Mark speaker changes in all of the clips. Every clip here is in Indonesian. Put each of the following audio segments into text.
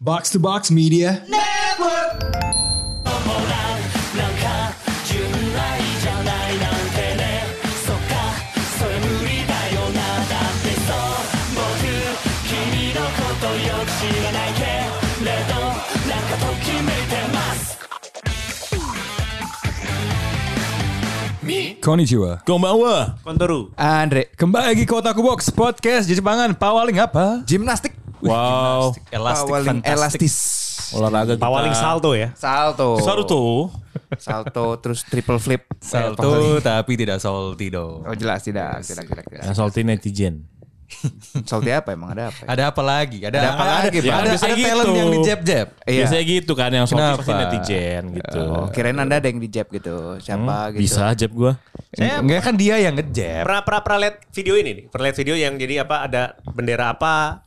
Speaker 1: Box to Box Media. こんにちは
Speaker 2: Konbanwa.
Speaker 3: Kontoru.
Speaker 4: Andre,
Speaker 1: Kembali lagi ke Otaku Box Podcast Jepangan Pawaling apa?
Speaker 4: gimnastik.
Speaker 2: Wow.
Speaker 3: Elastik
Speaker 4: Pawaling
Speaker 3: fantastic.
Speaker 4: elastis.
Speaker 2: Olahraga kita.
Speaker 3: Pawaling salto ya.
Speaker 4: Salto.
Speaker 2: Saruto.
Speaker 4: Salto terus triple flip.
Speaker 3: Salto tapi tidak salty dong.
Speaker 4: Oh jelas tidak, tidak, tidak, tidak.
Speaker 2: Yang salty netizen.
Speaker 4: Salto apa emang ada apa? Ya?
Speaker 3: Ada apa lagi? Ada,
Speaker 4: Ada apa lagi, Pak?
Speaker 3: Ada, ada,
Speaker 2: Biasanya
Speaker 3: talent
Speaker 2: gitu.
Speaker 3: yang di jab jab.
Speaker 4: Iya.
Speaker 2: Biasanya gitu kan yang salty
Speaker 3: Kenapa?
Speaker 2: pasti netizen gitu.
Speaker 4: Oh, kirain Anda ada yang di jab gitu.
Speaker 3: Hmm,
Speaker 4: Siapa gitu.
Speaker 2: Bisa aja gua.
Speaker 3: Saya enggak kan dia yang ngejab.
Speaker 5: pernah pernah pernah lihat video ini nih pernah lihat video yang jadi apa ada bendera apa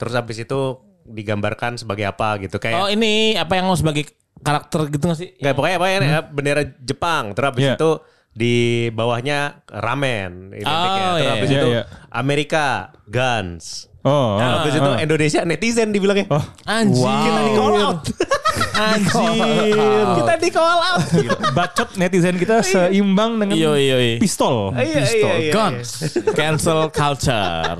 Speaker 5: terus habis itu digambarkan sebagai apa gitu
Speaker 2: Oh
Speaker 5: kayak
Speaker 2: ini apa yang sebagai karakter gitu gak sih?
Speaker 5: nggak pokoknya apa ya
Speaker 2: Hmm.
Speaker 5: bendera Jepang terus habis
Speaker 1: Iya.
Speaker 5: itu di bawahnya ramen identiknya.
Speaker 2: Oh,
Speaker 5: terus
Speaker 2: iya,
Speaker 5: habis
Speaker 1: iya.
Speaker 5: itu
Speaker 1: Iya, iya.
Speaker 5: Amerika guns
Speaker 1: Oh,
Speaker 5: Terus
Speaker 2: Ah,
Speaker 5: habis itu
Speaker 1: oh.
Speaker 5: Indonesia netizen dibilangnya
Speaker 2: Oh. Anjir.
Speaker 5: kita di call
Speaker 2: Oh,
Speaker 5: out
Speaker 2: Anjir.
Speaker 5: kita di call out Gitu.
Speaker 1: bacot netizen kita seimbang dengan
Speaker 2: Iya iya iya.
Speaker 1: pistol.
Speaker 5: iya, iya, iya,
Speaker 2: Guns. Cancel culture.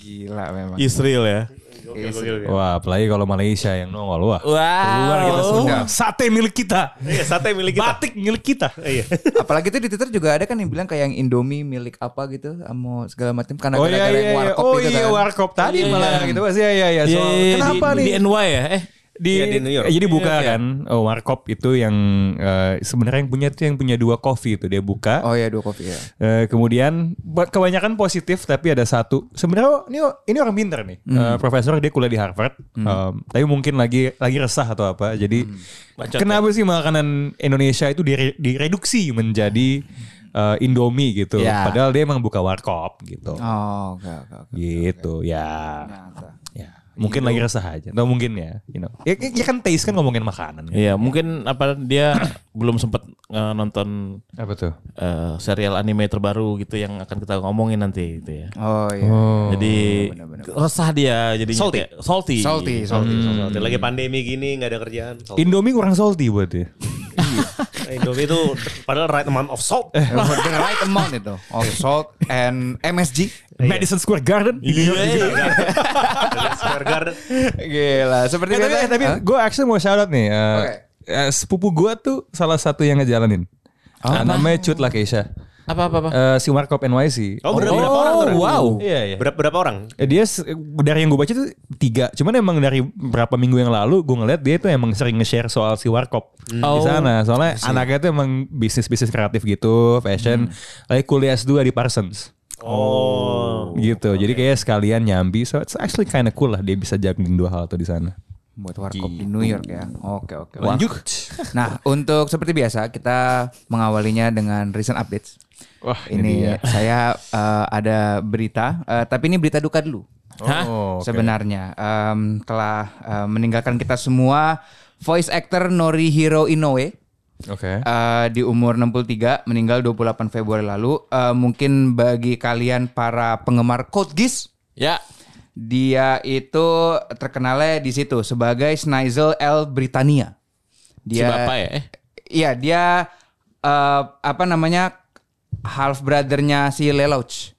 Speaker 4: Gila memang.
Speaker 1: Iya.
Speaker 2: Israel ya.
Speaker 5: Gokil, gokil, gokil.
Speaker 1: Wah, apalagi kalau Malaysia yang nongol wah.
Speaker 2: Oh.
Speaker 1: Iya.
Speaker 2: Wow.
Speaker 4: kita Sunda.
Speaker 1: Sate milik kita.
Speaker 5: Iya, sate milik kita
Speaker 1: Batik milik kita.
Speaker 5: iya
Speaker 4: Apalagi tuh di Twitter juga ada kan yang bilang kayak yang Indomie milik apa gitu sama segala macam karena
Speaker 1: Oh iya
Speaker 4: gara-gara
Speaker 1: iya.
Speaker 4: yang
Speaker 1: iya.
Speaker 4: warkop
Speaker 1: Oh
Speaker 4: gitu
Speaker 1: iya
Speaker 4: kan.
Speaker 1: warkop tadi
Speaker 2: Iya.
Speaker 1: malah gitu Mas. Iya iya iya.
Speaker 2: Iya,
Speaker 1: Soal-
Speaker 2: iya,
Speaker 1: kenapa
Speaker 2: di,
Speaker 1: nih?
Speaker 2: Di NY ya? Eh.
Speaker 1: di,
Speaker 5: Iya, di New York.
Speaker 1: Jadi buka
Speaker 2: Iya.
Speaker 1: kan oh, warkop itu yang eh, sebenarnya yang punya tuh yang punya dua coffee itu dia buka.
Speaker 4: Oh iya dua kopi ya.
Speaker 1: Eh, kemudian buat kebanyakan positif tapi ada satu sebenarnya ini ini orang pintar nih Eh,
Speaker 4: Hmm.
Speaker 1: profesor dia kuliah di Harvard Em, tapi mungkin lagi lagi resah atau apa jadi
Speaker 4: Hmm.
Speaker 1: kenapa
Speaker 4: ya.
Speaker 1: sih makanan Indonesia itu dire- direduksi menjadi eh, Indomie gitu
Speaker 4: Ya.
Speaker 1: padahal dia emang buka warkop gitu
Speaker 4: Oh oke oke oke.
Speaker 1: gitu ya
Speaker 4: Ternyata. Gitu.
Speaker 1: ya mungkin lagi resah aja atau mungkin ya you know ya, ya kan taste kan ngomongin makanan
Speaker 2: Iya, mungkin apa dia belum sempat eh, nonton
Speaker 1: apa tuh
Speaker 2: eh, serial anime terbaru gitu yang akan kita ngomongin nanti gitu ya.
Speaker 4: Oh iya.
Speaker 2: Jadi resah dia jadinya
Speaker 5: Salty.
Speaker 2: kayak- salty.
Speaker 4: Salty, salty, salty.
Speaker 5: lagi pandemi gini nggak ada kerjaan
Speaker 1: Indomie kurang salty buat dia
Speaker 5: Indomie itu padahal right amount of salt.
Speaker 4: Eh. The right amount itu of salt and MSG.
Speaker 1: Madison Square Garden di New
Speaker 4: Iya.
Speaker 2: Iya,
Speaker 1: York.
Speaker 5: Iya. Square Garden.
Speaker 4: Gila, seperti
Speaker 1: Eh, tapi,
Speaker 4: kata-
Speaker 1: tapi
Speaker 4: Iya, kan? Hah?
Speaker 1: gue actually mau shout out nih. eh,
Speaker 4: Oke.
Speaker 1: eh, sepupu gue tuh salah satu yang ngejalanin. Eh, namanya Cut Lakeisha.
Speaker 2: Apa apa apa?
Speaker 1: Eh, si Warkop NYC.
Speaker 5: Oh, bener berapa orang? tuh?
Speaker 2: wow.
Speaker 1: Iya, iya.
Speaker 5: Berapa, berapa orang?
Speaker 1: Eh, Dia se- dari yang gue baca tuh tiga. Cuman emang dari berapa minggu yang lalu gue ngeliat dia tuh emang sering nge-share soal si Warkop di
Speaker 2: Oh.
Speaker 1: sana. Soalnya anaknya tuh emang bisnis-bisnis kreatif gitu, fashion. Lagi kuliah S2 di Parsons.
Speaker 5: Oh.
Speaker 1: gitu. Jadi kayak sekalian nyambi. So it's actually kinda cool lah dia bisa juggling dua hal tuh di sana.
Speaker 4: buat warkop di New York ya. Oke, oke.
Speaker 1: Lanjut.
Speaker 4: Nah, untuk seperti biasa kita mengawalinya dengan recent updates.
Speaker 1: Wah, ini
Speaker 4: ini saya eh, ada berita, eh, tapi ini berita duka dulu.
Speaker 2: Hah?
Speaker 1: Oh, oke.
Speaker 4: Sebenarnya Em, telah eh, meninggalkan kita semua voice actor Norihiro Inoue.
Speaker 1: Oke.
Speaker 4: Eh, di umur 63 meninggal 28 Februari lalu. Eh, mungkin bagi kalian para penggemar Code Geass
Speaker 2: Ya.
Speaker 4: dia itu terkenalnya di situ sebagai Schneisel L Britannia.
Speaker 2: Si
Speaker 4: Dia
Speaker 2: bapak ya. Eh,
Speaker 4: Iya, dia eh, apa namanya? half brothernya si Lelouch.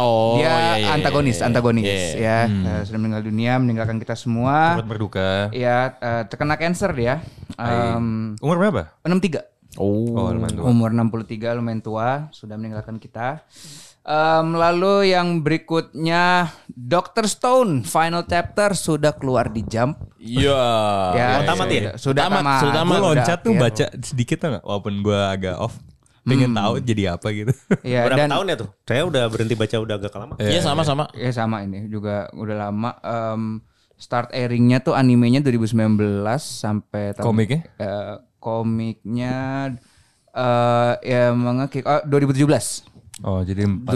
Speaker 2: Oh,
Speaker 4: dia
Speaker 2: iya, iya,
Speaker 4: antagonis,
Speaker 2: iya, iya.
Speaker 4: antagonis
Speaker 2: Iya.
Speaker 4: ya. Eh, sudah meninggal dunia, meninggalkan kita semua.
Speaker 1: Turut berduka.
Speaker 4: Ya, eh, terkena cancer dia. Em,
Speaker 1: Umur berapa?
Speaker 4: 63.
Speaker 1: Oh, lumayan tua.
Speaker 4: Umur 63 lumayan tua, sudah meninggalkan kita. Em, lalu yang berikutnya Dr. Stone Final Chapter sudah keluar di jump.
Speaker 2: Iya.
Speaker 4: ya,
Speaker 5: oh, tamat ya?
Speaker 4: sudah- Sudah
Speaker 2: Tamat,
Speaker 4: tamat.
Speaker 2: sudah tamat.
Speaker 1: Gue
Speaker 2: Emang
Speaker 1: loncat tuh
Speaker 4: ya.
Speaker 1: baca sedikit tau gak? Walaupun gue agak off. Pengen tahu jadi apa gitu.
Speaker 4: Hmm, Iya,
Speaker 5: berapa
Speaker 4: dan
Speaker 5: tahun ya tuh? Saya udah berhenti baca udah agak lama.
Speaker 2: Iya sama-sama.
Speaker 4: ya sama ini juga udah lama Em, start airingnya tuh animenya 2019 sampai tahun-
Speaker 1: Komiknya?
Speaker 4: Eh, komiknya eh ya menge- kick- oh, 2017.
Speaker 1: Oh jadi 4,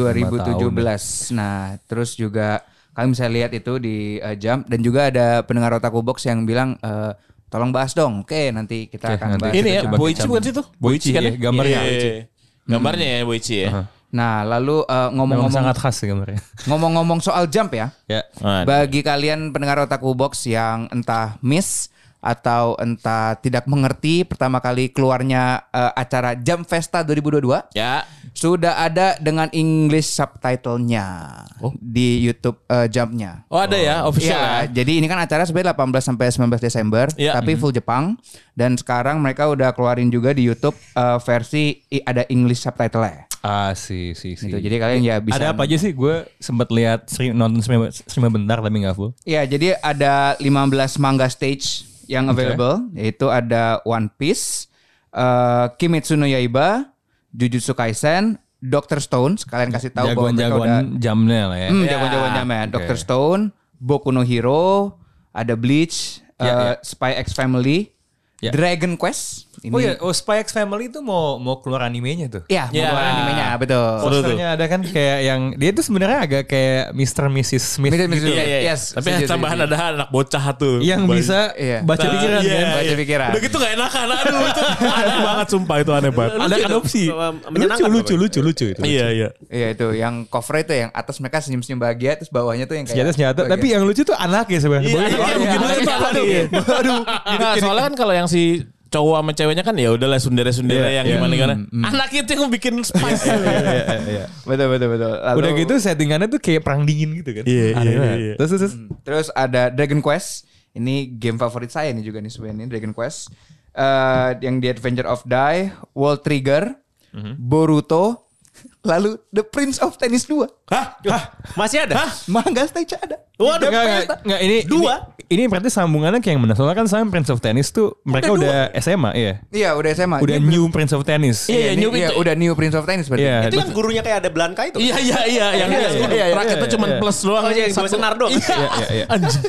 Speaker 4: 2017. Nah, terus juga kalian bisa lihat itu di eh, Jump dan juga ada pendengar Otaku Box yang bilang eh, tolong bahas dong. Oke, nanti kita akan bahas.
Speaker 2: Ini ya
Speaker 1: coba
Speaker 2: Boichi
Speaker 1: kita-
Speaker 2: bukan sih tuh?
Speaker 1: Boichi,
Speaker 2: kan
Speaker 1: iya, gambarnya.
Speaker 2: Iya, iya, iya. Gambarnya ya Boichi ya.
Speaker 4: Nah, lalu eh,
Speaker 1: Memang
Speaker 4: ngomong-ngomong
Speaker 1: sangat khas sih gambarnya.
Speaker 4: ngomong-ngomong soal jump ya.
Speaker 1: ya.
Speaker 2: Nah,
Speaker 4: Bagi kalian pendengar Otaku Box yang entah miss atau entah tidak mengerti pertama kali keluarnya eh, acara Jam Festa 2022
Speaker 2: ya.
Speaker 4: sudah ada dengan English subtitlenya di YouTube eh, Jumpnya.
Speaker 2: Oh ada ya official
Speaker 4: Iya,
Speaker 2: ya.
Speaker 4: jadi ini kan acara sebenarnya 18 sampai 19 Desember,
Speaker 2: Iya.
Speaker 4: tapi full Jepang dan sekarang mereka udah keluarin juga di YouTube eh, versi i- ada English subtitle-nya.
Speaker 1: Ah, si, si, si.
Speaker 4: Gitu. Jadi kalian ya bisa
Speaker 1: Ada apa aja sih? Gue sempat lihat stream, nonton stream, streamnya bentar tapi nggak full.
Speaker 4: Iya, jadi ada 15 manga stage yang available, yaitu ada One Piece, eh, Kimetsu no Yaiba, Jujutsu Kaisen, Doctor Stone, sekalian kasih tahu bahwa mereka udah
Speaker 1: Jagoan-jagoan jamnya lah ya.
Speaker 4: Hmm, jagoan-jagoan zaman. Doctor Stone, Boku no Hero, ada Bleach, eh, Spy X Family,
Speaker 1: Ya.
Speaker 4: Dragon Quest. Ini,
Speaker 1: Oh iya, Ya. oh Spy X Family itu mau mau keluar animenya tuh.
Speaker 4: Iya, mau keluar animenya, betul.
Speaker 1: Posternya ada kan kayak yang dia tuh sebenarnya agak kayak Mr. Mrs. Smith
Speaker 4: Mr.
Speaker 1: gitu.
Speaker 4: Smith.
Speaker 2: Iya, iya, iya.
Speaker 4: Yes,
Speaker 2: Tapi
Speaker 4: setuju,
Speaker 2: tambahan
Speaker 4: setuju.
Speaker 2: ada anak bocah tuh.
Speaker 1: yang
Speaker 2: Bang.
Speaker 1: bisa
Speaker 4: Iya.
Speaker 1: baca
Speaker 2: Nah,
Speaker 1: pikiran
Speaker 2: iya,
Speaker 1: kan.
Speaker 2: iya.
Speaker 4: Baca pikiran.
Speaker 2: Udah gitu gak enakan. Aduh itu aneh banget sumpah itu aneh banget.
Speaker 5: Lucu
Speaker 2: Ada
Speaker 5: dong,
Speaker 2: adopsi.
Speaker 5: eh,
Speaker 2: Lucu
Speaker 5: menyenangkan
Speaker 2: lucu
Speaker 5: dong.
Speaker 2: lucu lucu itu. Iya iya.
Speaker 4: Iya itu, yang cover itu yang atas mereka senyum-senyum bahagia, terus bawahnya tuh yang
Speaker 1: Senjata
Speaker 4: kayak
Speaker 1: senjata, Iya, tapi yang lucu tuh anaknya sebenarnya.
Speaker 2: Iya, iya,
Speaker 4: iya.
Speaker 2: Mungkin lucu tuh anaknya.
Speaker 1: Aduh,
Speaker 2: Nah, soalnya kan kalau yang si cowok sama ceweknya kan ya udahlah sundere-sundere yang gimana gimana. Anak itu yang bikin spice.
Speaker 1: iya.
Speaker 4: Betul betul betul. Lalu-
Speaker 1: udah gitu settingannya tuh kayak perang dingin gitu kan.
Speaker 2: Iya, iya,
Speaker 1: Aneh
Speaker 2: iya,
Speaker 1: banget.
Speaker 2: iya.
Speaker 1: Terus terus
Speaker 4: Terus ada Dragon Quest. Ini game favorit saya nih juga nih sebenarnya Dragon Quest. Eh, yang The Adventure of Dai, World Trigger, Boruto, lalu The Prince of Tennis 2.
Speaker 2: Hah?
Speaker 5: Masih ada?
Speaker 4: Manga stage ada.
Speaker 1: Enggak,
Speaker 4: Di
Speaker 5: Waduh,
Speaker 4: Jepang
Speaker 1: enggak,
Speaker 4: ada.
Speaker 1: enggak, ini
Speaker 5: Dua.
Speaker 1: Ini, ini berarti sambungannya kayak yang benar. Soalnya kan sekarang Prince of Tennis tuh mereka udah, SMA ya.
Speaker 4: Iya, udah SMA.
Speaker 1: Udah
Speaker 4: Ini-
Speaker 1: new Prince of Tennis.
Speaker 4: Iya,
Speaker 2: Iya,
Speaker 4: ini-
Speaker 2: new
Speaker 4: iya,
Speaker 2: itu.
Speaker 4: udah new Prince of Tennis berarti.
Speaker 1: Iya.
Speaker 5: Itu yang gurunya kayak ada Belanka itu.
Speaker 2: Iya iya iya yang
Speaker 4: Iya,
Speaker 2: keras
Speaker 4: iya,
Speaker 2: kudu.
Speaker 4: iya, iya,
Speaker 2: raketnya
Speaker 1: iya,
Speaker 2: cuma
Speaker 1: iya.
Speaker 2: plus doang.
Speaker 5: Oh, iya, yang dua
Speaker 2: Satu-
Speaker 5: senar doang.
Speaker 2: Iya
Speaker 1: Iya, iya.
Speaker 2: Anjing.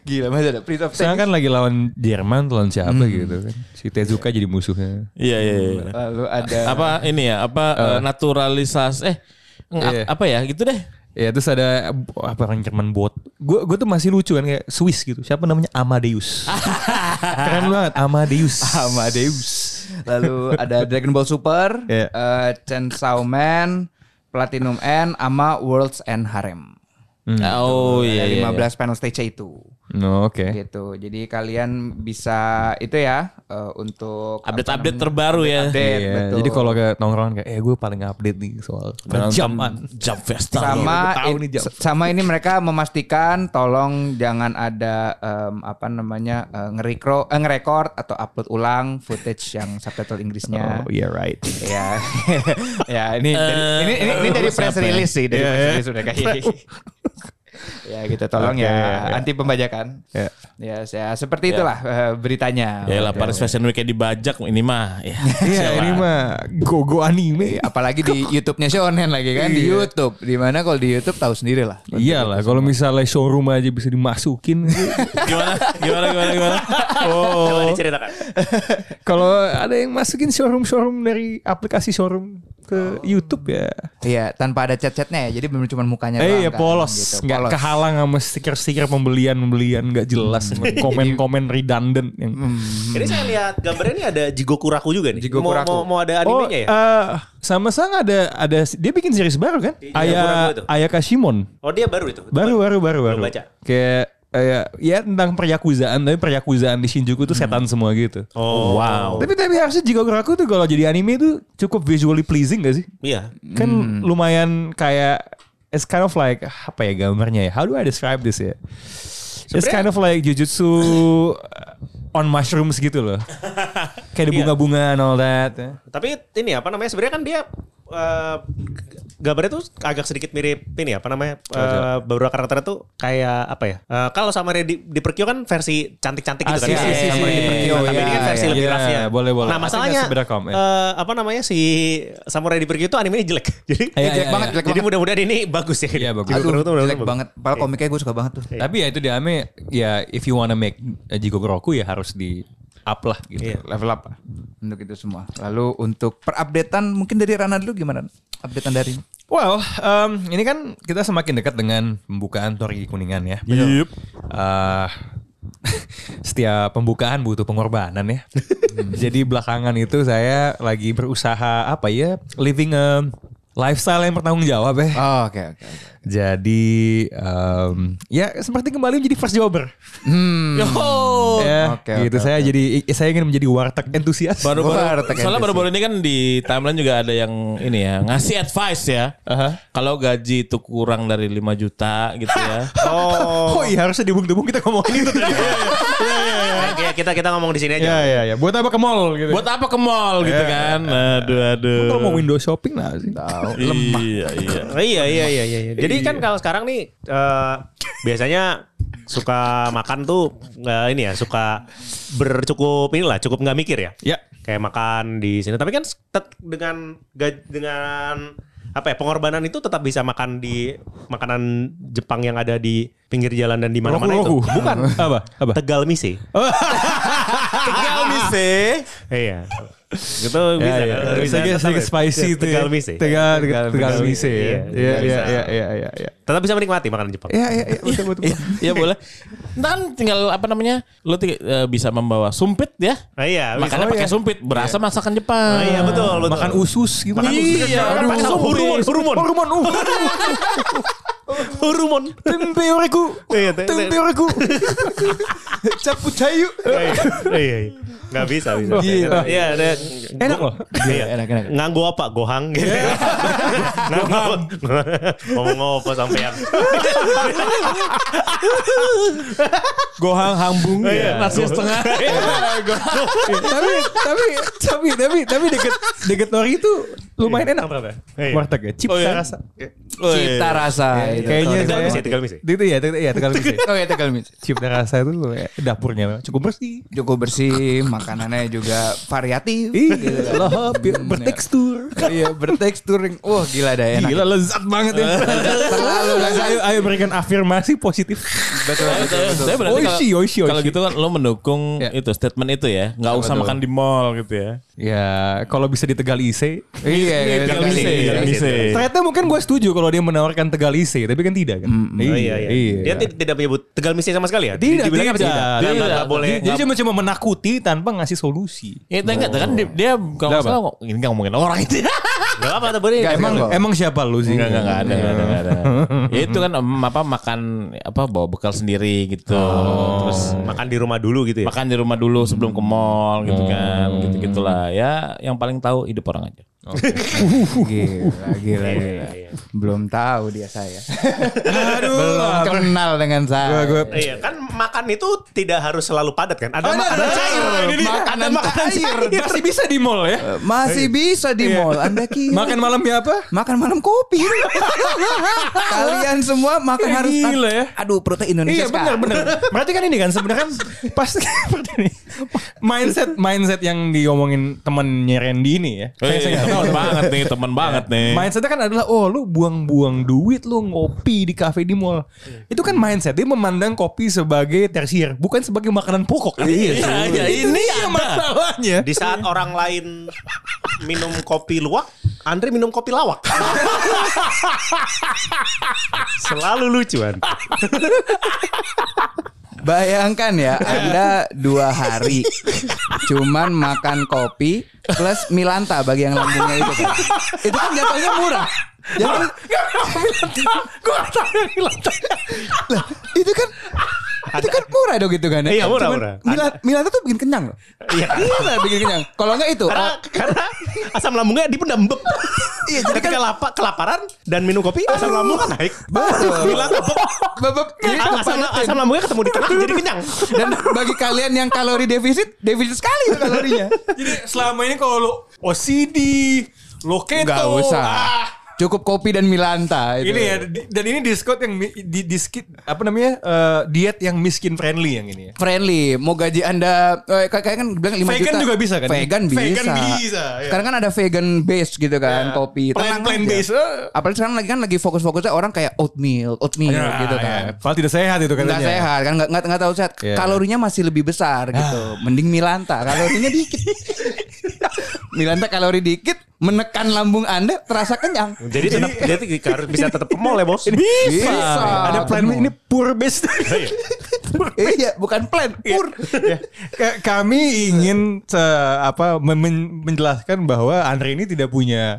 Speaker 4: Gila, masih ada Prince of
Speaker 1: Sekarang
Speaker 4: Tennis.
Speaker 1: kan lagi lawan Jerman, lawan siapa
Speaker 2: Hmm.
Speaker 1: gitu kan. Si Tezuka jadi musuhnya.
Speaker 2: Iya iya iya.
Speaker 4: Lalu ada
Speaker 2: Apa ini ya? Apa eh, naturalisasi eh ngat-
Speaker 1: Iya.
Speaker 2: apa ya gitu deh.
Speaker 1: Ya terus ada eh, apa orang Jerman bot. Gue gue tuh masih lucu kan kayak Swiss gitu. Siapa namanya Amadeus. Keren banget Amadeus.
Speaker 4: Amadeus. Lalu ada Dragon Ball Super,
Speaker 1: Iya.
Speaker 4: eh, Chainsaw Man, Platinum N, sama Worlds and Harem.
Speaker 2: Oh
Speaker 4: Ada
Speaker 2: iya iya.
Speaker 4: 15 panel stage itu.
Speaker 1: No, oke.
Speaker 4: Gitu. Jadi kalian bisa itu ya eh, untuk apa
Speaker 2: Update-update
Speaker 4: namanya,
Speaker 2: terbaru ya.
Speaker 4: update,
Speaker 1: Iya,
Speaker 4: betul.
Speaker 1: Jadi kalau ke nongkrongan kayak eh gue paling update nih soal Oh, jaman.
Speaker 2: Jump Festa.
Speaker 4: sama
Speaker 1: Udah tahu
Speaker 4: i-
Speaker 1: nih, Jam.
Speaker 4: sama ini mereka memastikan tolong jangan ada em, apa namanya eh, ngerikro eh, ngerekord atau upload ulang footage yang subtitle Inggrisnya.
Speaker 1: Oh, yeah right.
Speaker 4: Ya, ya ini dari, ini ini, ini dari press
Speaker 2: Eh, siapa ya?
Speaker 4: release sih dari press release mereka. ya gitu tolong ya anti pembajakan. Ya,
Speaker 1: Iya.
Speaker 4: saya seperti itulah eh, beritanya.
Speaker 2: Ya lah Paris Fashion Week dibajak ini mah. Ya.
Speaker 1: Iya ini mah gogo anime.
Speaker 4: Apalagi di YouTube-nya Shonen lagi kan di YouTube. Di mana kalau di YouTube tahu sendiri lah.
Speaker 1: Iyalah Iya kalau misalnya showroom aja bisa dimasukin.
Speaker 2: gimana? Gimana gimana gimana? Oh.
Speaker 5: Coba diceritakan.
Speaker 1: kalau ada yang masukin showroom showroom dari aplikasi showroom ke YouTube ya.
Speaker 4: Iya, tanpa ada chat-chatnya ya. Jadi benar cuma mukanya doang
Speaker 1: Eh ya
Speaker 4: kan,
Speaker 1: polos,
Speaker 4: gitu.
Speaker 1: nggak
Speaker 4: Polos.
Speaker 1: kehalang sama stiker-stiker pembelian-pembelian nggak jelas,
Speaker 4: Iya.
Speaker 1: komen-komen redundant yang
Speaker 4: Hmm.
Speaker 5: Ini saya lihat gambarnya ini ada Jigoku Raku juga nih.
Speaker 4: Jigoku
Speaker 5: Mau-
Speaker 4: Raku.
Speaker 5: Mau, mau, ada animenya ya?
Speaker 1: eh, sama sang ada ada dia bikin series baru kan?
Speaker 5: Iya, kurang
Speaker 1: Ayah
Speaker 5: gua tuh.
Speaker 1: Ayaka Shimon.
Speaker 5: Oh dia baru itu.
Speaker 1: Baru eh. baru baru baru.
Speaker 5: baca.
Speaker 1: Kayak eh, ya tentang peryakuzaan tapi peryakuzaan di Shinjuku
Speaker 4: Hmm.
Speaker 1: tuh setan semua gitu.
Speaker 5: Oh. Wow.
Speaker 1: Tapi tapi harusnya Jigoku Raku tuh kalau jadi anime tuh cukup visually pleasing gak sih?
Speaker 5: Iya.
Speaker 4: Hmm.
Speaker 1: Kan lumayan kayak it's kind of like apa ya gambarnya ya? How do I describe this ya? It's kind of like Jujutsu uh, on mushrooms gitu loh.
Speaker 4: Iya.
Speaker 1: kayak ada bunga-bunga and all that. ya.
Speaker 5: Tapi ini apa namanya sebenarnya kan dia eh, gambarnya tuh agak sedikit mirip ini apa namanya
Speaker 1: Oh, iya.
Speaker 5: eh, beberapa karakter tuh kayak apa ya? Eh, kalau sama di, di Perkyo kan versi cantik-cantik gitu kan.
Speaker 1: Ah, si, si,
Speaker 5: Sama
Speaker 1: si.
Speaker 5: di Perkyo.
Speaker 1: Oh,
Speaker 5: Tapi
Speaker 1: iya,
Speaker 5: ini kan versi
Speaker 1: iya,
Speaker 5: lebih
Speaker 1: iya.
Speaker 5: raffia.
Speaker 1: Boleh, boleh.
Speaker 5: Nah, masalahnya
Speaker 1: Artinya sebeda.com, ya.
Speaker 5: eh, apa namanya si Samurai di Perkyo itu animenya jelek. Jadi
Speaker 1: Iya,
Speaker 4: jelek
Speaker 1: iya,
Speaker 4: banget,
Speaker 1: iya.
Speaker 4: jelek
Speaker 5: Jadi
Speaker 4: banget.
Speaker 5: mudah-mudahan ini bagus ya.
Speaker 1: Iya, bagus.
Speaker 5: Jigoku
Speaker 4: Aduh,
Speaker 5: Raku tuh mudah-mudahan
Speaker 4: jelek
Speaker 5: bagus.
Speaker 4: banget. Padahal komiknya gue suka banget tuh.
Speaker 1: Tapi ya itu dia ame ya if you wanna make uh, Jigoku Raku ya harus di up lah gitu.
Speaker 4: Level up untuk itu semua. Lalu untuk perupdatean mungkin dari Rana dulu gimana? Updatean dari
Speaker 1: Well, um, ini kan kita semakin dekat dengan pembukaan Tori Kuningan ya.
Speaker 2: Yep.
Speaker 1: Eh, setiap pembukaan butuh pengorbanan ya. Jadi belakangan itu saya lagi berusaha apa ya living a lifestyle yang bertanggung jawab ya.
Speaker 4: Oh, oke oke. oke.
Speaker 1: Jadi em, ya seperti kembali menjadi first jobber.
Speaker 4: Hmm.
Speaker 2: Yo.
Speaker 1: ya,
Speaker 4: oke,
Speaker 1: gitu
Speaker 4: oke,
Speaker 1: saya jadi saya ingin menjadi warteg entusias.
Speaker 4: Baru
Speaker 2: Baru-baru
Speaker 4: tekan
Speaker 2: soalnya
Speaker 4: sih.
Speaker 2: baru-baru ini kan di timeline juga ada yang ini ya ngasih advice ya. Kalau gaji itu kurang dari 5 juta gitu ya.
Speaker 1: Oh, iya harusnya dibung-debung kita ngomongin itu tadi.
Speaker 5: iya, Kayak kita kita ngomong di sini aja.
Speaker 1: ya ya ya. Buat apa ke mall gitu.
Speaker 2: Buat apa ke mall gitu kan? Aduh aduh.
Speaker 1: kalau mau window shopping nah sih.
Speaker 2: lemah. Iya iya.
Speaker 5: Oh, iya iya iya iya. iya. Jadi kan kalau sekarang nih eh, biasanya suka makan tuh eh, ini ya suka bercukup inilah cukup nggak mikir ya.
Speaker 1: Ya.
Speaker 5: Kayak makan di sini. Tapi kan tet- dengan gaj- dengan apa ya pengorbanan itu tetap bisa makan di makanan Jepang yang ada di pinggir jalan dan di mana-mana itu.
Speaker 1: Roku-roku. Uh, Bukan. apa? Apa?
Speaker 5: Tegal misi.
Speaker 2: Tegal mise.
Speaker 5: Iya. Gitu
Speaker 1: Ya,
Speaker 5: bisa.
Speaker 1: ya,
Speaker 5: kan? Bisa
Speaker 1: Sedikit
Speaker 5: tetap
Speaker 1: sedikit
Speaker 5: ya.
Speaker 1: spicy itu.
Speaker 5: Tegal
Speaker 1: ya.
Speaker 5: misi.
Speaker 1: Tegal tegal, tegal misi.
Speaker 5: Tegal misi,
Speaker 1: ya. Iya
Speaker 5: iya. Tegal
Speaker 1: iya
Speaker 5: misi.
Speaker 1: iya iya iya iya.
Speaker 5: Tetap bisa menikmati makanan Jepang.
Speaker 1: Iya iya iya, betul betul.
Speaker 2: Iya, iya boleh. Ntar kan tinggal apa namanya? Lo tiga- eh, bisa membawa sumpit ya.
Speaker 5: Nah, iya, bisa.
Speaker 2: Makannya pakai sumpit, berasa masakan Jepang.
Speaker 5: Nah, iya betul, betul.
Speaker 1: Makan usus gitu.
Speaker 5: Makan usus.
Speaker 2: Iya,
Speaker 5: Makan
Speaker 2: aduh.
Speaker 5: pakai sumpit. Hurumon, hurumon.
Speaker 1: Hormon. uh.
Speaker 5: Hurumon.
Speaker 1: Tempe oreku.
Speaker 5: Iya, te-
Speaker 1: Tempe oreku. Capu cayu.
Speaker 5: Iya, iya, iya. Nggak bisa, bisa.
Speaker 1: Gila.
Speaker 5: Iya, ada-
Speaker 1: Enak loh.
Speaker 5: Iya,
Speaker 4: enak, enak.
Speaker 5: Nganggo apa? Gohang gitu. Nganggo. Ngomong apa sampean?
Speaker 2: Gohang hambung ya. Nasi setengah.
Speaker 1: tapi tapi tapi tapi tapi deket deket nori itu lumayan enak ternyata.
Speaker 5: Iya.
Speaker 1: Warteg ya. Cipta
Speaker 2: Oh, iya.
Speaker 1: rasa.
Speaker 4: Cipta rasa itu.
Speaker 1: Kayaknya
Speaker 5: Tegal
Speaker 1: saya-
Speaker 5: misi, tegal misi.
Speaker 1: Itu ya, tegal, iya, tegal misi.
Speaker 4: Oke, tegal misi.
Speaker 1: Cipta rasa itu ya, dapurnya cukup bersih.
Speaker 4: Cukup bersih, makanannya juga variatif.
Speaker 1: Iya, lahap, ya, bertekstur.
Speaker 4: Iya, bertekstur. yang- Wah, gila dah enak.
Speaker 1: Gila lezat banget ya. Terlalu lezat. Ayo, ayo berikan afirmasi positif.
Speaker 4: Betul, betul, betul.
Speaker 2: Tapi berarti kalau-
Speaker 1: Oishi, oishi, oishi.
Speaker 2: Kalau gitu kan lo mendukung
Speaker 4: Ya.
Speaker 2: itu statement itu ya, nggak usah makan di mall gitu ya.
Speaker 1: Ya, kalau bisa di Tegal IC.
Speaker 4: Iya, iya,
Speaker 2: Tegal
Speaker 4: tegal
Speaker 2: misi,
Speaker 4: misi.
Speaker 2: tegal misi.
Speaker 5: Eh.
Speaker 1: Ternyata mungkin gue setuju kalau dia menawarkan Tegal IC, tapi kan tidak kan.
Speaker 5: Oh, iya, iya. Dia ti- tidak menyebut tegal misi sama sekali ya?
Speaker 1: Tidak,
Speaker 5: Dibilang apa?
Speaker 1: tidak.
Speaker 5: Nggak- nggak- nggak
Speaker 2: Tidak.
Speaker 5: boleh.
Speaker 1: Dia cuma cuma menakuti tanpa ngasih solusi.
Speaker 2: Ya tapi enggak, kan dia, dia kalau nggak
Speaker 1: Kenapa?
Speaker 2: salah ini nggak ngomongin orang itu.
Speaker 5: Gak apa-apa, tapi
Speaker 4: Nggak,
Speaker 1: Emang
Speaker 4: Enggak.
Speaker 1: emang siapa lu sih?
Speaker 2: Enggak, enggak, enggak ada, enggak ada, enggak ada.
Speaker 1: Iya.
Speaker 2: Ya itu kan em, apa makan apa bawa bekal sendiri gitu.
Speaker 1: Oh.
Speaker 2: Terus
Speaker 5: makan di rumah dulu gitu ya.
Speaker 2: makan di rumah dulu sebelum ke mall gitu
Speaker 1: Hmm.
Speaker 2: kan. Gitu-gitulah. Ya yang paling tahu hidup orang aja.
Speaker 4: Gila, gila, gila.
Speaker 1: Iya,
Speaker 4: Belum tahu dia saya.
Speaker 1: Aduh,
Speaker 4: Belum
Speaker 1: apa-
Speaker 4: kenal dengan saya.
Speaker 1: Gua- gua-
Speaker 5: Iya kan makan itu tidak harus selalu padat kan.
Speaker 1: Ada-
Speaker 5: Ada
Speaker 1: ada
Speaker 5: makanan cair.
Speaker 1: ini dia.
Speaker 4: Makanan
Speaker 1: Ada makanan
Speaker 4: cair.
Speaker 1: Masih bisa di mall ya.
Speaker 4: Masih bisa di mall. Anda kira
Speaker 1: Iya. Makan malamnya apa?
Speaker 4: makan malam kopi. Kalian semua makan
Speaker 1: Iya,
Speaker 4: harus
Speaker 1: gila ya.
Speaker 4: Aduh, perutnya Indonesia.
Speaker 1: Iya benar benar. Berarti kan ini kan sebenarnya kan pas seperti ini. Mindset mindset yang diomongin temennya Randy ini ya.
Speaker 2: Eh,
Speaker 1: Saya- saya nggak tahu.
Speaker 2: teman banget nih, teman banget nih.
Speaker 1: Mindsetnya kan adalah oh lu buang-buang duit lu ngopi di kafe di mall. Itu kan mindset dia memandang kopi sebagai tersier bukan sebagai makanan pokok.
Speaker 2: Iya, iya,
Speaker 1: ini
Speaker 2: ini
Speaker 1: yang
Speaker 2: ada.
Speaker 1: masalahnya.
Speaker 5: Di saat orang lain minum kopi luwak, Andre minum kopi lawak. Selalu lucuan.
Speaker 4: Bayangkan ya, Anda dua hari cuman makan kopi plus milanta bagi yang lambungnya itu kan. Itu kan jatuhnya murah. Jatuhnya,
Speaker 1: Gue gak tahu yang hilang.
Speaker 4: lah, itu kan itu kan murah dong gitu kan ya.
Speaker 5: Iya, murah,
Speaker 4: Cuman
Speaker 5: murah.
Speaker 4: Mila- milanta tuh bikin kenyang loh.
Speaker 5: Iya.
Speaker 4: Iya, bikin kenyang. Kalau enggak itu
Speaker 5: Karena, karena asam lambungnya dipendam bep. Iya, jadi kan kelapa, kelaparan dan minum kopi asam lambung kan naik.
Speaker 4: Betul.
Speaker 5: Bilang bep.
Speaker 4: Bebek jadi
Speaker 5: Asam,
Speaker 4: kebangetan.
Speaker 5: asam lambungnya ketemu di tengah jadi kenyang.
Speaker 4: Dan bagi kalian yang kalori defisit, defisit sekali tuh kalorinya.
Speaker 1: Jadi selama ini kalau lu OCD, lo keto,
Speaker 4: Enggak usah.
Speaker 1: ah,
Speaker 4: Cukup kopi dan milanta itu.
Speaker 1: Ini ya di- dan ini diskot yang mi- di diskit apa namanya eh, diet yang miskin friendly yang ini ya.
Speaker 4: friendly. Mau gaji Anda eh, kayak kayak kan bilang 5
Speaker 1: Vegan
Speaker 4: juta.
Speaker 1: juga bisa kan?
Speaker 4: Vegan bisa.
Speaker 1: Vegan bisa, ya.
Speaker 4: Sekarang kan ada vegan base gitu kan, kopi.
Speaker 1: Plan
Speaker 4: Tenang
Speaker 1: plan
Speaker 4: aja.
Speaker 1: based. eh.
Speaker 4: Apalagi sekarang lagi kan lagi fokus-fokusnya orang kayak oatmeal, oatmeal
Speaker 1: Ya,
Speaker 4: gitu
Speaker 1: ya.
Speaker 4: kan.
Speaker 1: Padahal tidak sehat itu katanya.
Speaker 4: Nggak sehat kan nggak nggak nggak tahu sehat.
Speaker 1: ya. Iya. Ah.
Speaker 4: Kalorinya masih lebih besar gitu. Mending Milanta, kalorinya dikit. Milanta kalori dikit, menekan lambung Anda terasa kenyang.
Speaker 5: Jadi tetap jadi harus bisa tetap ke mall ya, Bos.
Speaker 4: Bisa.
Speaker 1: Iya. Ada plan
Speaker 4: Bener.
Speaker 1: ini pure based.
Speaker 4: Iya, bukan plan, pur.
Speaker 1: Ya. K- Kami ingin eh, apa men- men- menjelaskan bahwa Andre ini tidak punya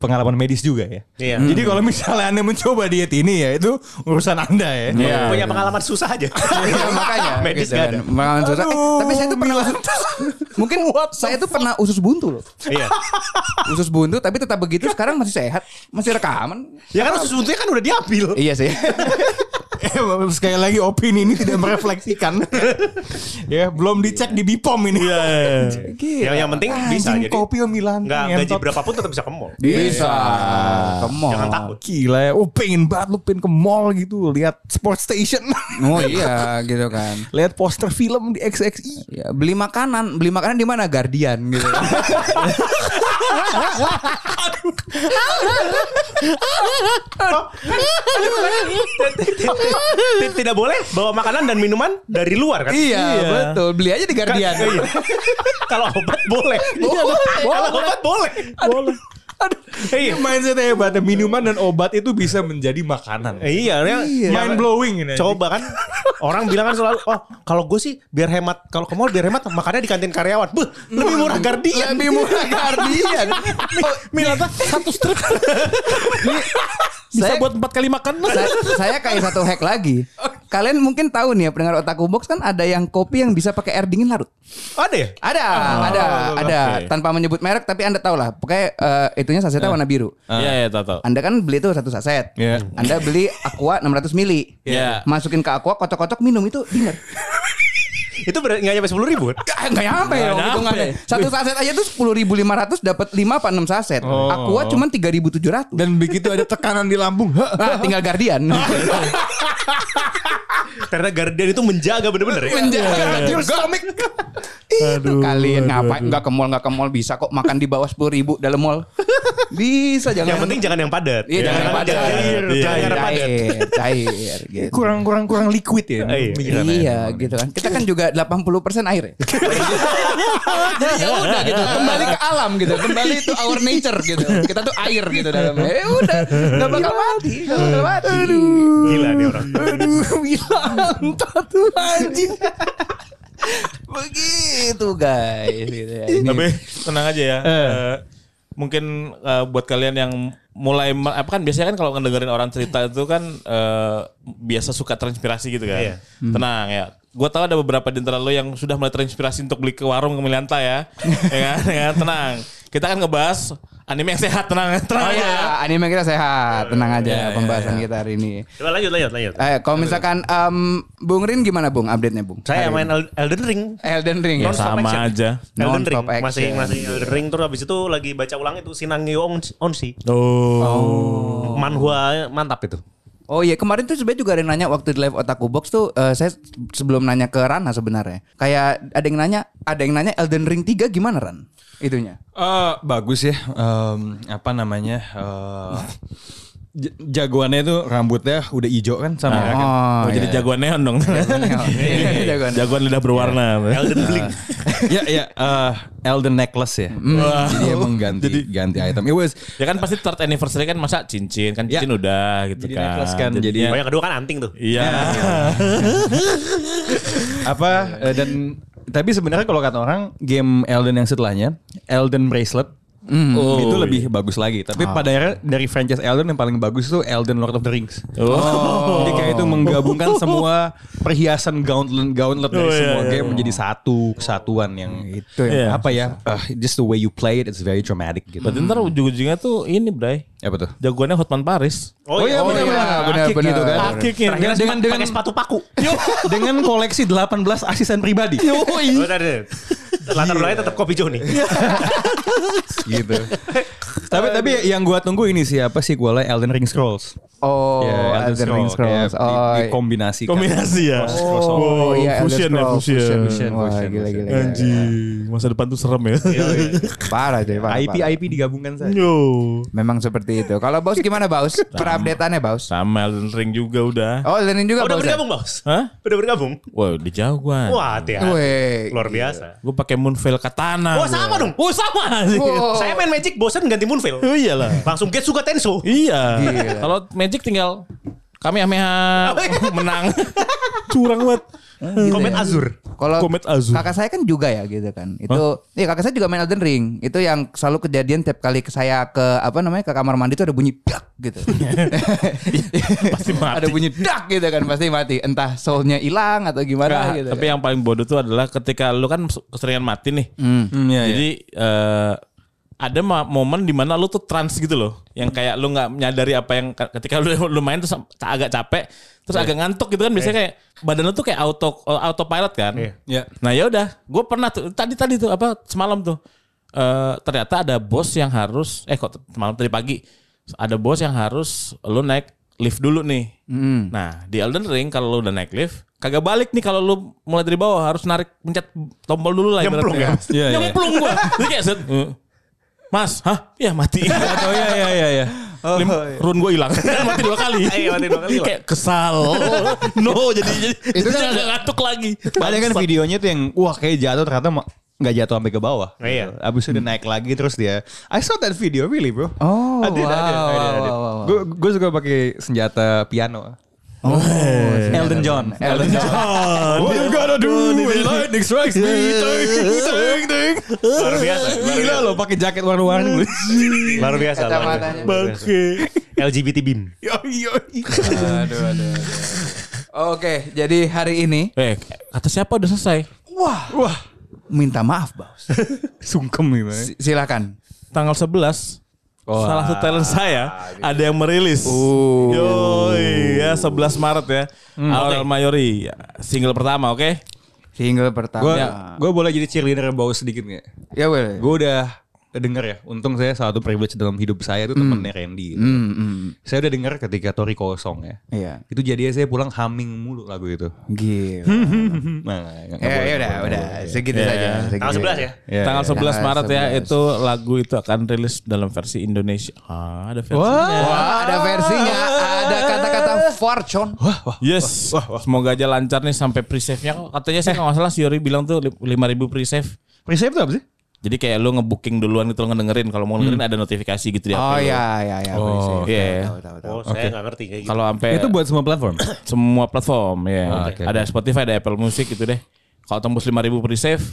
Speaker 1: pengalaman medis juga ya.
Speaker 5: Iya.
Speaker 1: Jadi kalau misalnya Anda mencoba diet ini ya itu urusan Anda ya.
Speaker 5: Punya pengalaman susah aja.
Speaker 4: Iya, makanya
Speaker 5: Medis
Speaker 4: gitu kan.
Speaker 5: nggak
Speaker 4: Pengalaman susah. Eh,
Speaker 1: Aduh,
Speaker 4: tapi saya tuh pernah mungkin saya tuh pernah usus buntu loh
Speaker 5: Iya.
Speaker 4: usus buntu tapi tetap begitu sekarang masih sehat masih rekaman
Speaker 5: Ya kan usus buntunya kan udah diambil.
Speaker 4: iya sih
Speaker 1: Eh, Sekali lagi opini ini tidak merefleksikan. ya, belum dicek di Bipom ini. Iya.
Speaker 5: Iya. Yang, yang penting bisa
Speaker 1: Anjing
Speaker 5: jadi.
Speaker 1: kopi om hilang.
Speaker 5: Enggak gaji
Speaker 1: ngentot.
Speaker 5: berapapun tetap bisa ke mall.
Speaker 4: bisa kemol
Speaker 5: Jangan takut.
Speaker 1: Gila ya, oh pengen banget lu pengen ke mall gitu, lihat Sport Station,
Speaker 4: oh iya gitu kan
Speaker 1: lihat poster film di XXI.
Speaker 4: Ya, beli makanan, beli makanan di mana? Guardian gitu.
Speaker 5: Tid- Tidak boleh bawa makanan dan minuman dari luar kan?
Speaker 4: iya, betul. Beli aja di
Speaker 5: Kan-
Speaker 4: Guardian. Oh,
Speaker 5: iya. Kalau obat boleh.
Speaker 4: Iya,
Speaker 5: Kalau obat boleh. Boleh. Iya.
Speaker 1: Mindset hebat, minuman dan obat itu bisa menjadi makanan.
Speaker 5: Iya, iya.
Speaker 1: Mind blowing ini.
Speaker 5: Coba kan orang bilang kan selalu oh kalau gue sih biar hemat kalau ke mall biar hemat makannya di kantin karyawan. Beuh, lebih murah Guardian.
Speaker 4: Lebih murah Guardian. Oh,
Speaker 2: Milata satu strip. Bisa
Speaker 4: Saya-
Speaker 2: buat empat kali makan.
Speaker 4: saya, saya kayak satu hack lagi. Kalian mungkin tahu nih ya pendengar Otaku Box kan ada yang kopi yang bisa pakai air dingin larut.
Speaker 5: Ada ya?
Speaker 4: Ada, ada, ada.
Speaker 2: oke.
Speaker 4: Tanpa menyebut merek tapi Anda tahu lah. Pokoknya eh, itunya sasetnya warna biru.
Speaker 2: Iya, iya, tahu tahu.
Speaker 4: Anda kan beli tuh satu saset.
Speaker 1: Iya.
Speaker 4: Anda beli aqua 600 mili.
Speaker 2: Iya.
Speaker 4: Masukin ke aqua, kocok-kocok, minum itu dinner.
Speaker 5: Itu berarti nggak nyampe sepuluh ribu.
Speaker 4: Ah, Nggak nyampe ya
Speaker 2: nyampe.
Speaker 4: hitungannya. Satu saset aja tuh 10.500 dapat 5 apa 6 saset. Aqua cuma 3.700.
Speaker 1: Dan begitu ada tekanan di lambung,
Speaker 4: Nah, tinggal Guardian.
Speaker 5: Ternyata Guardian itu menjaga bener-bener ya.
Speaker 3: Iya.
Speaker 4: Menjaga komik. Itu kalian ngapain nggak ke mall nggak ke mall bisa kok makan di bawah 10.000 ribu dalam mall. Bisa jangan.
Speaker 5: Yang penting jangan yang padat.
Speaker 4: Iya, jangan yang padat.
Speaker 5: Cair,
Speaker 2: Iya,
Speaker 5: jangan yang padat.
Speaker 4: cair, cair gitu.
Speaker 1: kurang kurang kurang liquid ya.
Speaker 5: Iya.
Speaker 1: pemikirannya.
Speaker 4: Iya gitu kan. Kita kan juga 80% air ya. Jadi ya udah gitu, kembali ke alam gitu. Kembali to our nature gitu. Kita tuh air gitu dalamnya. Ya udah, enggak bakal mati, nggak bakal mati. Aduh.
Speaker 5: Gila nih orang.
Speaker 4: Aduh, bilang tato anjing. Begitu guys gitu ya. Ini
Speaker 2: Tapi tenang aja ya. Eh, mungkin eh, buat kalian yang mulai me- apa kan biasanya kan kalau ngedengerin orang cerita itu kan eh, biasa suka terinspirasi gitu kan.
Speaker 5: Iya.
Speaker 2: Tenang ya. Gue tahu ada beberapa di antara lo yang sudah mulai terinspirasi untuk beli ke warung ke Milanta ya. ya, kan? Ya kan? tenang. Kita akan ngebahas anime yang sehat tenang tenang
Speaker 4: Oh
Speaker 2: aja ya.
Speaker 4: ya, anime kita sehat, tenang aja
Speaker 2: Iya, iya,
Speaker 4: pembahasan kita hari ini.
Speaker 5: Coba lanjut, lanjut, lanjut.
Speaker 4: Eh, kalau misalkan em, Bung Rin gimana Bung update-nya Bung?
Speaker 5: Saya Iya,
Speaker 4: Hari
Speaker 5: main
Speaker 4: ini.
Speaker 5: El- Elden Ring.
Speaker 4: Elden Ring.
Speaker 5: Non-stop
Speaker 2: Sama
Speaker 5: action.
Speaker 2: aja.
Speaker 5: Elden
Speaker 4: Iya, Non-stop
Speaker 5: Ring.
Speaker 4: action.
Speaker 5: Masih masih Elden Ring terus habis itu lagi baca ulang itu Sinang Yo On- Onsi.
Speaker 2: Oh.
Speaker 5: Manhwa mantap itu.
Speaker 4: Oh iya kemarin tuh sebenarnya juga ada yang nanya waktu di live Otaku Box tuh eh, saya sebelum nanya ke Rana sebenarnya kayak ada yang nanya ada yang nanya Elden Ring 3 gimana Ran itunya
Speaker 1: Eh, bagus ya. Em, apa namanya? eh, j- jagoannya itu rambutnya udah ijo kan
Speaker 3: Nah,
Speaker 1: sama merah kan?
Speaker 4: oh,
Speaker 2: jadi
Speaker 4: iya.
Speaker 2: Iya,
Speaker 4: kan?
Speaker 2: jagoan neon dong.
Speaker 4: Jagoan.
Speaker 2: jagoan, lidah berwarna.
Speaker 5: Elden Ring.
Speaker 1: ya ya eh, Elden Necklace ya. Jadi emang ganti ganti item. It was
Speaker 2: ya kan pasti third anniversary kan masa cincin kan cincin
Speaker 1: Ya.
Speaker 2: udah gitu
Speaker 1: Jadi
Speaker 2: kan.
Speaker 1: necklace kan, jadi-
Speaker 5: Oh, yang kedua kan anting tuh.
Speaker 2: Iya.
Speaker 1: apa eh, dan tapi sebenarnya kalau kata orang game Elden yang setelahnya Elden Bracelet
Speaker 2: Hmm.
Speaker 1: itu
Speaker 2: Oh,
Speaker 1: lebih
Speaker 2: iya.
Speaker 1: bagus lagi. Tapi
Speaker 2: Ah.
Speaker 1: pada akhirnya dari franchise Elden yang paling bagus itu Elden Lord of the Rings. Oh. Jadi kayak itu menggabungkan semua perhiasan gauntlet gauntlet dari
Speaker 2: Oh, iya,
Speaker 1: semua
Speaker 2: iya.
Speaker 1: game menjadi satu kesatuan yang itu
Speaker 2: yang
Speaker 1: apa ya? eh, just the way you play it it's very dramatic gitu.
Speaker 2: Berarti ntar ujung-ujungnya tuh ini Bray.
Speaker 1: Apa tuh?
Speaker 2: Jagoannya Hotman Paris.
Speaker 5: Oh, iya,
Speaker 4: bener,
Speaker 5: iya.
Speaker 4: bener. benar,
Speaker 1: Akik
Speaker 4: benar.
Speaker 1: gitu kan.
Speaker 2: Akiknya.
Speaker 5: Terakhir
Speaker 1: Dengan-
Speaker 5: dengan, pakai
Speaker 1: dengan-
Speaker 5: sepatu paku.
Speaker 1: Dengan koleksi 18 asisten pribadi.
Speaker 5: Oh, bentar, bentar. Latar belakangnya tetap kopi Joni.
Speaker 1: gitu. tapi tapi yang gua tunggu ini sih apa sequelnya Elden Ring Scrolls.
Speaker 4: oh
Speaker 3: Iya,
Speaker 1: Ya,
Speaker 4: Elden, Ring Scrolls
Speaker 1: kayak
Speaker 4: oh,
Speaker 1: di, dikombinasikan.
Speaker 2: Kombinasi ya.
Speaker 4: oh iya Elden
Speaker 2: fusion ya,
Speaker 4: Scrolls Iya,
Speaker 2: fusion.
Speaker 1: Fusion,
Speaker 4: wah
Speaker 1: fusion,
Speaker 4: gila gila, gila.
Speaker 2: Anjing, masa depan tuh serem ya.
Speaker 5: iya.
Speaker 4: parah cuy
Speaker 3: Nah,
Speaker 4: parah,
Speaker 1: IP
Speaker 4: parah.
Speaker 1: IP digabungkan saja.
Speaker 2: Yo.
Speaker 4: memang seperti itu kalau Baus gimana Baus
Speaker 2: Nah.
Speaker 4: perupdateannya Baus
Speaker 2: Sama Elden Ring juga udah.
Speaker 4: oh Elden Ring juga
Speaker 5: Oh, udah
Speaker 4: Baus ya?
Speaker 5: bergabung, Bos.
Speaker 2: Hah?
Speaker 5: Udah bergabung.
Speaker 2: Wah, udah jauh gua.
Speaker 5: Wah, hati-hati.
Speaker 4: ya? Weh.
Speaker 5: Luar biasa.
Speaker 2: Gua pakai Moonveil Katana.
Speaker 5: Oh, sama dong.
Speaker 2: Oh, sama sih.
Speaker 4: Wow.
Speaker 5: Saya main Magic bosen ganti Moonveil.
Speaker 2: Oh, iyalah.
Speaker 3: Iya,
Speaker 5: Langsung Getsuga Tenso.
Speaker 2: Iya. Kalau Magic tinggal Kami ameha menang. Curang banget.
Speaker 3: iya.
Speaker 5: Komet Azur.
Speaker 4: Kalau
Speaker 2: Komet Azul.
Speaker 4: kakak saya kan juga ya gitu kan. Itu iya kakak saya juga main Elden Ring. Itu yang selalu kejadian tiap kali saya ke apa namanya ke kamar mandi itu ada bunyi dak gitu.
Speaker 2: Pasti mati.
Speaker 4: ada bunyi dak gitu kan pasti mati. Entah soulnya hilang atau gimana
Speaker 2: Nggak,
Speaker 4: gitu.
Speaker 2: tapi yang paling bodoh tuh adalah ketika lu kan keseringan mati nih. Jadi eh, ada ma- momen dimana lu tuh trans gitu loh, yang kayak lu nggak menyadari apa yang ketika lu, lu main terus agak capek, terus agak ngantuk gitu kan biasanya kayak badan lu tuh kayak auto autopilot kan.
Speaker 3: Iya.
Speaker 2: Nah ya udah, gue pernah tuh tadi tadi tuh apa semalam tuh eh, ternyata ada bos yang harus eh kok semalam tadi pagi ada bos yang harus lu naik lift dulu nih. Nah di Elden Ring kalau lu udah naik lift kagak balik nih kalau lu mulai dari bawah harus narik pencet tombol dulu lah.
Speaker 5: Nyemplung
Speaker 2: ibaratnya.
Speaker 3: Iya, iya.
Speaker 2: Nyemplung gue. Jadi kayak set. eh, Mas, hah? Iya mati.
Speaker 3: Oh iya iya iya iya.
Speaker 2: Lim, run gue hilang. mati dua kali.
Speaker 5: Iya, mati dua kali.
Speaker 2: Kayak kesal. no, jadi jadi
Speaker 3: Itu kan-
Speaker 2: jadi agak ngantuk lagi.
Speaker 3: Ada kan
Speaker 2: Bangsat.
Speaker 3: videonya tuh yang wah kayak jatuh ternyata ma- nggak jatuh sampai ke bawah.
Speaker 5: Oh, iya.
Speaker 3: Gitu. Abis itu dia naik lagi terus dia. I saw that video really bro.
Speaker 4: Oh,
Speaker 3: I did, I did, I did, I did.
Speaker 4: wow, wow, wow.
Speaker 3: Gue gue suka pakai senjata piano.
Speaker 4: Oh,
Speaker 3: Elton John.
Speaker 4: Elden John.
Speaker 3: What you gotta do when lightning strikes me? Ting, ting, ting.
Speaker 5: Luar biasa. luar
Speaker 3: Gila
Speaker 5: biasa.
Speaker 3: loh pakai jaket warna-warni.
Speaker 4: Iya.
Speaker 5: Luar biasa. luar biasa.
Speaker 4: Kacamatanya.
Speaker 5: Luar biasa. LGBT BIM.
Speaker 3: Iya.
Speaker 4: aduh, aduh, aduh. Oke, jadi hari ini
Speaker 2: Eh, kata siapa udah selesai?
Speaker 4: wah, wah minta maaf, Baus.
Speaker 3: Sungkem gitu.
Speaker 4: Si- Silakan.
Speaker 2: Tanggal 11. Salah satu talent saya ada yang merilis. Yoi, ya 11 Maret ya.
Speaker 3: Hmm.
Speaker 2: Aurel Mayori single pertama, oke?
Speaker 4: Single pertama.
Speaker 3: Gue gue boleh jadi cheerleader bau sedikit nggak?
Speaker 4: ya boleh.
Speaker 3: Gue udah denger ya. Untung saya satu privilege dalam hidup saya itu temennya Randy. gitu.
Speaker 4: Hmm, hmm,
Speaker 3: Saya udah denger ketika Tori kosong ya.
Speaker 4: Iya.
Speaker 3: Itu jadi saya pulang humming mulu lagu itu.
Speaker 4: Gila.
Speaker 3: Nah, nggak- nggak
Speaker 4: Ya,
Speaker 3: boleh,
Speaker 4: ya udah,
Speaker 3: nggak
Speaker 4: udah.
Speaker 3: boleh.
Speaker 4: Segitu saja. segitu
Speaker 5: Tanggal 11
Speaker 4: saja.
Speaker 5: ya.
Speaker 3: Iya,
Speaker 2: Tanggal
Speaker 3: iya.
Speaker 2: 11
Speaker 4: Tanggal
Speaker 2: Maret ya
Speaker 4: 11.
Speaker 2: itu lagu itu akan rilis dalam versi Indonesia. Ah, ada versinya.
Speaker 4: Wah, ada versinya, ada kata-kata fortune.
Speaker 2: Yes. Semoga aja lancar nih sampai pre-save-nya. Katanya saya kalau nggak salah si Yori bilang tuh li- 5000 pre-save.
Speaker 3: Pre-save tuh apa sih?
Speaker 2: Jadi kayak lu ngebooking duluan gitu lu ngedengerin kalau mau ngedengerin
Speaker 3: Hmm.
Speaker 2: ada notifikasi gitu di HP
Speaker 4: Oh
Speaker 2: lu.
Speaker 4: ya, ya, ya.
Speaker 2: Oh,
Speaker 4: Tahu,
Speaker 2: iya.
Speaker 4: tahu, tahu, tahu.
Speaker 5: Oh, saya nggak ngerti kayak gitu.
Speaker 2: Kalau sampai
Speaker 3: Itu buat semua platform.
Speaker 2: semua platform ya.
Speaker 3: Ah, oke,
Speaker 2: ada Spotify, ada Apple Music gitu deh. Kalau tembus 5000 per save,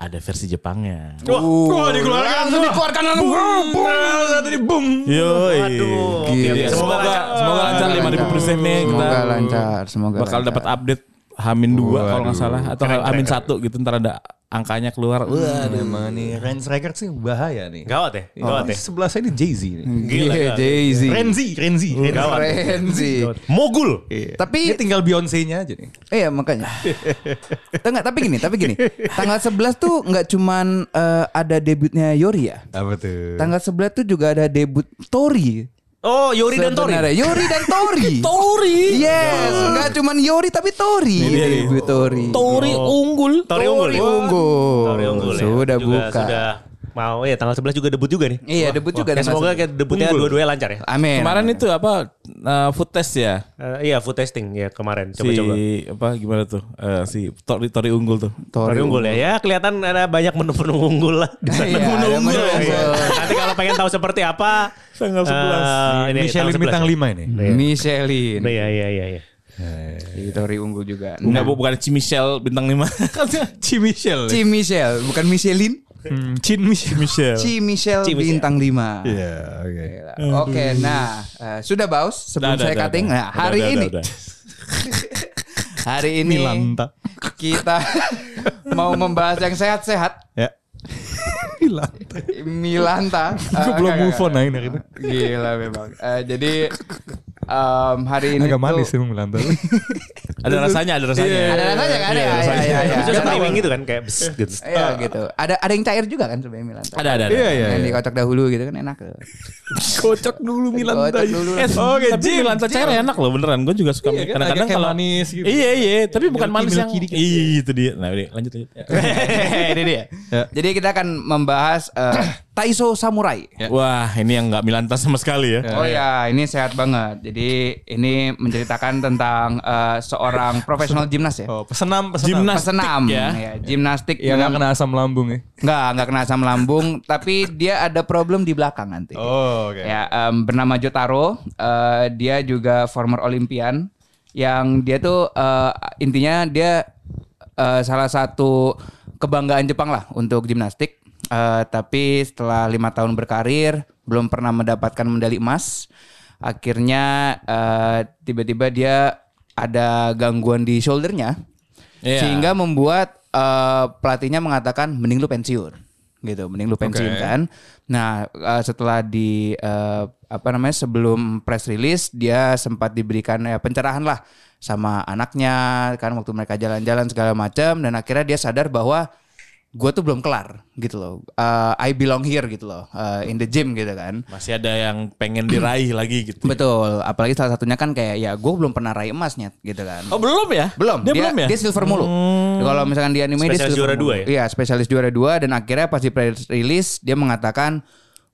Speaker 2: ada versi Jepangnya.
Speaker 5: gitu. Wah, wah, dikeluarkan
Speaker 4: Langsung dikeluarkan langsung.
Speaker 2: Yoi.
Speaker 5: Aduh, oke, oke.
Speaker 2: Jadi Iya. Semoga
Speaker 5: Semoga
Speaker 2: semoga lancar 5000 per save nih kita.
Speaker 4: Semoga lancar, semoga
Speaker 2: Bakal
Speaker 4: lancar.
Speaker 2: dapat update Hamin 2 kalau nggak salah atau Hamin 1 gitu ntar ada angkanya keluar. Wah,
Speaker 3: Emang nih Rans Records sih bahaya nih.
Speaker 5: gawat ya, gawat ya.
Speaker 3: Sebelah saya ini Jay-Z nih.
Speaker 5: Gila,
Speaker 4: Gila,
Speaker 5: gila.
Speaker 4: Jay-Z.
Speaker 3: Renzi, Renzi.
Speaker 5: Gawat.
Speaker 4: Keren sih.
Speaker 5: Mogul.
Speaker 4: Tapi
Speaker 3: Dia tinggal Beyonce-nya aja nih.
Speaker 4: Iya makanya. Enggak, tapi gini, tapi gini. Tanggal 11 tuh nggak cuman eh, ada debutnya Yori ya.
Speaker 3: Apa tuh?
Speaker 4: Tanggal 11 tuh juga ada debut Tori.
Speaker 5: Oh, Yori dan Tori.
Speaker 4: Sebenarnya. Yori dan Tori.
Speaker 2: Tori. Nah.
Speaker 4: Yes, nggak cuman Yori tapi Tori.
Speaker 2: dia nih.
Speaker 4: Debut Tori.
Speaker 2: Tori unggul.
Speaker 5: Tori unggul. ya?
Speaker 4: Unggul.
Speaker 5: Tori unggul. ya.
Speaker 4: Sudah
Speaker 5: Juga
Speaker 4: buka.
Speaker 5: Sudah mau ya tanggal 11 juga debut juga nih.
Speaker 4: Iya, debut juga
Speaker 5: Ya,
Speaker 4: tanggal
Speaker 5: semoga
Speaker 4: 11.
Speaker 5: kayak debutnya dua-duanya lancar ya.
Speaker 4: Amin.
Speaker 2: Kemarin itu apa eh, food test ya?
Speaker 5: Eh, iya, food testing ya kemarin. Coba-coba.
Speaker 2: si apa gimana tuh Eh, si Tori Tori unggul tuh
Speaker 5: Tori unggul ya. Ya kelihatan ada banyak menu-menu unggul lah. Di sana.
Speaker 4: Iya, ada menu
Speaker 5: Iya, iya.
Speaker 4: unggul.
Speaker 5: Nanti kalau pengen tahu seperti apa
Speaker 2: Tanggal 11.
Speaker 5: eh, ini,
Speaker 3: Michelin
Speaker 5: tanggal 11.
Speaker 3: bintang 5 ini.
Speaker 4: Iya. Michelin.
Speaker 5: Iya iya iya iya.
Speaker 4: Jadi Tori unggul juga. Nah,
Speaker 2: Enggak bu, bukan Ci Michelle bintang 5
Speaker 4: Hmm,
Speaker 3: Ci Michelle.
Speaker 4: Ci Michelle, bukan Michelin.
Speaker 3: Hmm, Cin Michelle.
Speaker 2: Michelle
Speaker 4: Ci Michelle
Speaker 5: Ci Michelle.
Speaker 4: bintang 5.
Speaker 3: Iya, oke.
Speaker 4: Gila. Oke, nah eh, sudah baus sebelum
Speaker 2: Udah,
Speaker 4: saya
Speaker 2: udah,
Speaker 4: cutting.
Speaker 2: udah.
Speaker 4: Nah,
Speaker 2: Udah,
Speaker 4: hari
Speaker 2: udah,
Speaker 4: ini
Speaker 2: udah, udah.
Speaker 4: hari ini
Speaker 3: Milanta.
Speaker 4: kita mau membahas yang sehat-sehat.
Speaker 3: Ya. Milanta.
Speaker 4: Milanta.
Speaker 3: Gue belum move on aja dari itu.
Speaker 4: Gila memang. Eh, jadi em, hari ini
Speaker 3: Agak
Speaker 4: tuh-
Speaker 3: manis sih Milanta.
Speaker 2: ada rasanya ada rasanya
Speaker 3: Iya.
Speaker 2: Iya,
Speaker 4: Ada rasanya kan? Ya, ya, ya, ya.
Speaker 5: Bisa timing gitu kan kayak bes, gitu.
Speaker 4: Iya gitu. Ada ada yang cair juga kan sebenarnya Milanta.
Speaker 2: ada ada, ada.
Speaker 3: Iya, iya.
Speaker 4: Yang dikocok dahulu gitu kan enak. tuh.
Speaker 3: Kocok dulu Milanta.
Speaker 4: Kocok dulu.
Speaker 2: Eh,
Speaker 3: Oke,
Speaker 2: tapi
Speaker 3: Jin,
Speaker 2: Milanta cair enak loh beneran gue juga suka
Speaker 3: Iya kan,
Speaker 2: kadang-kadang
Speaker 3: agak kayak
Speaker 2: kalau
Speaker 3: manis gitu.
Speaker 2: iya iya tapi bukan
Speaker 3: Milky,
Speaker 2: manis yang
Speaker 3: milky dikit. Iya.
Speaker 2: iya itu dia nah udah, lanjut lanjut
Speaker 4: ini dia. Jadi kita akan membahas eh, Taiso Samurai.
Speaker 3: ya.
Speaker 2: wah ini yang nggak Milanta sama
Speaker 3: Iya.
Speaker 2: sekali ya
Speaker 4: Oh ya, ini sehat banget. Jadi ini menceritakan tentang eh, seorang seorang profesional gimnas ya.
Speaker 1: Oh, pesenam, pesenam.
Speaker 2: Gimnas-
Speaker 4: Pesenam
Speaker 2: ya.
Speaker 4: ya, gimnastik.
Speaker 3: Iya,
Speaker 1: Yang nggak kena asam lambung ya.
Speaker 4: Nggak, nggak kena asam lambung, tapi dia ada problem di belakang nanti.
Speaker 1: Oh, oke.
Speaker 4: Ya, em, bernama Jotaro. eh, dia juga former Olympian. Yang dia tuh eh, intinya dia eh, salah satu kebanggaan Jepang lah untuk gimnastik. Eh, tapi setelah lima tahun berkarir, belum pernah mendapatkan medali emas. Akhirnya eh, tiba-tiba dia ada gangguan di shouldernya.
Speaker 2: Iya.
Speaker 4: Sehingga membuat eh, pelatihnya mengatakan mending lu pensiun gitu, mending lu pensiun kan. Nah, eh, setelah di eh, apa namanya sebelum press release dia sempat diberikan ya, pencerahan lah sama anaknya kan waktu mereka jalan-jalan segala macam dan akhirnya dia sadar bahwa gue tuh belum kelar gitu loh. Eh, I belong here gitu loh, eh, in the gym gitu kan.
Speaker 2: Masih ada yang pengen diraih lagi gitu.
Speaker 4: Betul, apalagi salah satunya kan kayak ya gue belum pernah raih emasnya gitu kan.
Speaker 2: Oh belum ya?
Speaker 4: Belum.
Speaker 2: Dia, belum ya? Hmm.
Speaker 4: Dia silver mulu. Kalau misalkan di anime dia
Speaker 5: Spesialis
Speaker 4: silver
Speaker 5: juara
Speaker 4: mulu.
Speaker 5: dua ya?
Speaker 4: Iya, spesialis juara dua dan akhirnya pas di press release dia mengatakan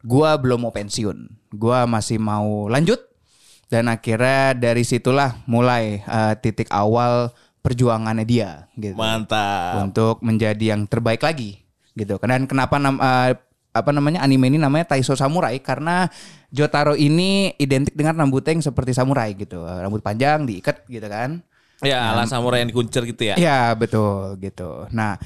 Speaker 4: gua belum mau pensiun. Gua masih mau lanjut. Dan akhirnya dari situlah mulai eh, titik awal perjuangannya dia gitu.
Speaker 2: Mantap.
Speaker 4: Untuk menjadi yang terbaik lagi gitu. Dan kenapa nam- eh, apa namanya anime ini namanya Taiso Samurai karena Jotaro ini identik dengan rambutnya yang seperti samurai gitu. Rambut panjang diikat gitu kan.
Speaker 2: Ya ala samurai yang dikuncir gitu ya.
Speaker 4: Iya betul gitu. Nah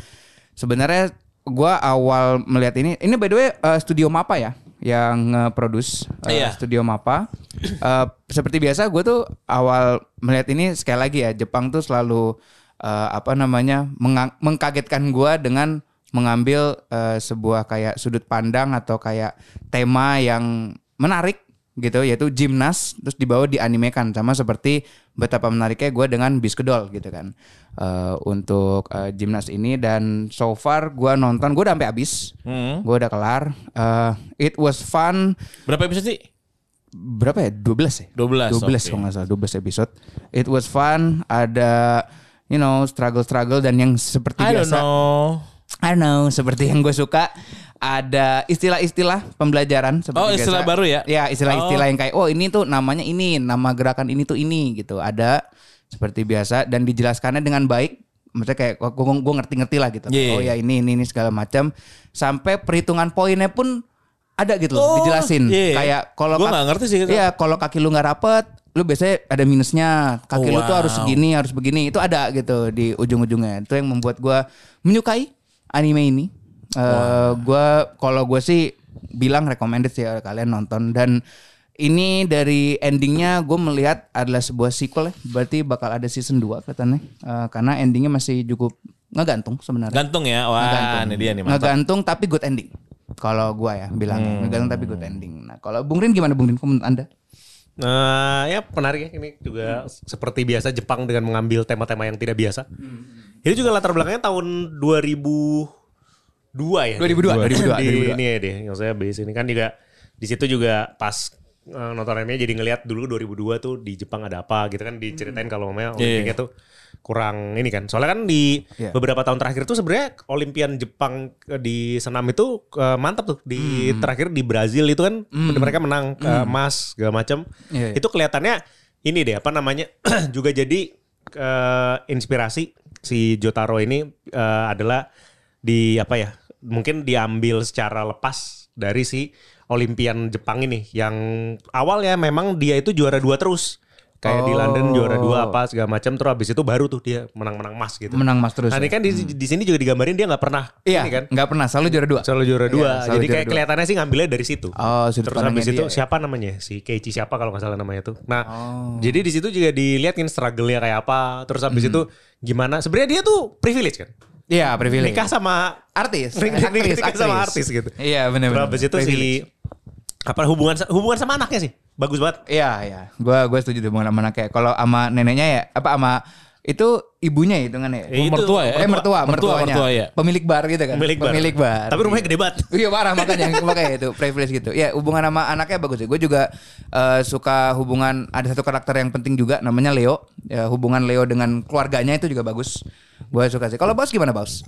Speaker 4: sebenarnya gua awal melihat ini, ini by the way eh, studio Mapa ya yang nge-produce eh,
Speaker 2: Iya.
Speaker 4: studio Mapa. Eh, seperti biasa gue tuh awal melihat ini sekali lagi ya Jepang tuh selalu eh, apa namanya mengang- mengkagetkan gua dengan mengambil eh, sebuah kayak sudut pandang atau kayak tema yang menarik gitu yaitu gymnas terus dibawa dianimekan sama seperti betapa menariknya gue dengan Biskedol gitu kan Eh, untuk eh, gymnas ini dan so far gue nonton gue udah sampai habis
Speaker 2: Hmm.
Speaker 4: gue udah kelar Eh, it was fun
Speaker 2: Berapa episode sih?
Speaker 4: berapa ya 12 ya 12
Speaker 2: 12, oke.
Speaker 4: kalau nggak salah 12 episode it was fun ada you know struggle struggle dan yang seperti
Speaker 2: I don't
Speaker 4: biasa
Speaker 2: know.
Speaker 4: I don't know, seperti yang gue suka ada istilah-istilah pembelajaran seperti
Speaker 2: Oh, istilah
Speaker 4: biasa.
Speaker 2: baru ya?
Speaker 4: Ya, istilah-istilah yang kayak oh ini tuh namanya ini, nama gerakan ini tuh ini gitu. Ada seperti biasa dan dijelaskannya dengan baik. Maksudnya kayak gue gue ngerti-ngerti lah gitu.
Speaker 2: Yeah.
Speaker 4: Oh ya ini ini ini segala macam sampai perhitungan poinnya pun ada gitu loh,
Speaker 2: Oh,
Speaker 4: dijelasin.
Speaker 2: yeah.
Speaker 4: Kayak kalau
Speaker 2: Gua
Speaker 4: kak-
Speaker 2: nggak ngerti sih itu.
Speaker 4: Iya, kalau kaki lu nggak rapet, lu biasanya ada minusnya. Kaki
Speaker 2: Oh,
Speaker 4: lu tuh harus
Speaker 2: wow.
Speaker 4: segini, harus begini. Itu ada gitu di ujung-ujungnya. Itu yang membuat gua menyukai anime ini. Eh gua kalau gue sih bilang recommended sih ya kalian nonton dan ini dari endingnya gue melihat adalah sebuah sequel ya. Berarti bakal ada season 2 katanya. Eh, karena endingnya masih cukup ngegantung sebenarnya.
Speaker 2: Gantung ya. Wah, ini dia nih mantap.
Speaker 4: Ngegantung tapi good ending. Kalau gua ya
Speaker 5: Hmm.
Speaker 4: bilangnya ngegantung tapi good ending. Nah, kalau Bung Rin gimana Bung Rin menurut Anda?
Speaker 5: Nah, ya menarik ya ini juga seperti biasa Jepang dengan mengambil tema-tema yang tidak biasa. Ini juga latar belakangnya tahun 2002 ya.
Speaker 4: 2002, 2002,
Speaker 5: Di
Speaker 4: 2002.
Speaker 5: ini ya deh, yang saya base ini kan juga di situ juga pas eh, nonton anime jadi ngelihat dulu 2002 tuh di Jepang ada apa gitu kan diceritain kalau memang Olimpiknya tuh kurang ini kan. Soalnya kan di
Speaker 4: Iya.
Speaker 5: beberapa tahun terakhir tuh sebenarnya Olimpian Jepang eh, di senam itu eh, mantap tuh. Di
Speaker 4: Hmm.
Speaker 5: terakhir di Brazil itu kan mereka menang eh, emas segala macam.
Speaker 4: Iya, iya.
Speaker 5: Itu kelihatannya ini deh apa namanya juga jadi eh, inspirasi si Jotaro ini eh, adalah di apa ya? Mungkin diambil secara lepas dari si Olimpian Jepang ini yang awalnya memang dia itu juara dua terus. Kayak di
Speaker 4: Oh.
Speaker 5: London juara dua apa segala macam terus habis itu baru tuh dia menang-menang emas gitu.
Speaker 4: Menang mas terus.
Speaker 5: Nah, ini
Speaker 4: ya?
Speaker 5: kan di, di sini juga digambarin dia nggak pernah
Speaker 4: Iya,
Speaker 5: ini kan.
Speaker 4: nggak pernah selalu juara dua.
Speaker 5: Selalu juara dua.
Speaker 4: Iya, selalu
Speaker 5: Jadi
Speaker 4: juara
Speaker 5: kayak
Speaker 4: dua.
Speaker 5: kelihatannya sih ngambilnya dari situ.
Speaker 4: Oh, sudut
Speaker 5: Terus habis
Speaker 4: pandangnya
Speaker 5: itu
Speaker 4: dia ya.
Speaker 5: siapa namanya? Si Keiichi siapa kalau nggak salah namanya tuh. Nah,
Speaker 4: Oh.
Speaker 5: jadi di situ juga dilihatin struggle-nya kayak apa. Terus habis itu gimana? Sebenarnya dia tuh privilege kan.
Speaker 4: Iya, Hmm. privilege.
Speaker 5: Nikah sama
Speaker 4: artis,
Speaker 5: Nikah- nikah sama artis gitu.
Speaker 4: Iya,
Speaker 5: Terus
Speaker 4: benar-benar.
Speaker 5: habis itu si
Speaker 4: Privilege.
Speaker 5: apa hubungan hubungan sama anaknya sih. Bagus banget.
Speaker 4: Iya, iya. Gua gua setuju dengan sama anaknya. Kalau sama neneknya ya apa sama itu ibunya ya hitungannya ya?
Speaker 5: Eh, itu-
Speaker 2: mertua ya?
Speaker 4: Eh, mertua, mertuanya.
Speaker 2: mertua ya.
Speaker 4: Pemilik bar gitu kan.
Speaker 5: iya. Pemilik bar. Tapi rumahnya gede banget.
Speaker 4: Iya parah makanya makanya itu privilege gitu. Ya hubungan sama anaknya bagus. Gue juga eh, suka hubungan ada satu karakter yang penting juga namanya Leo. Ya, hubungan Leo dengan keluarganya itu juga bagus. Gue suka sih. Kalau Baus gimana Baus?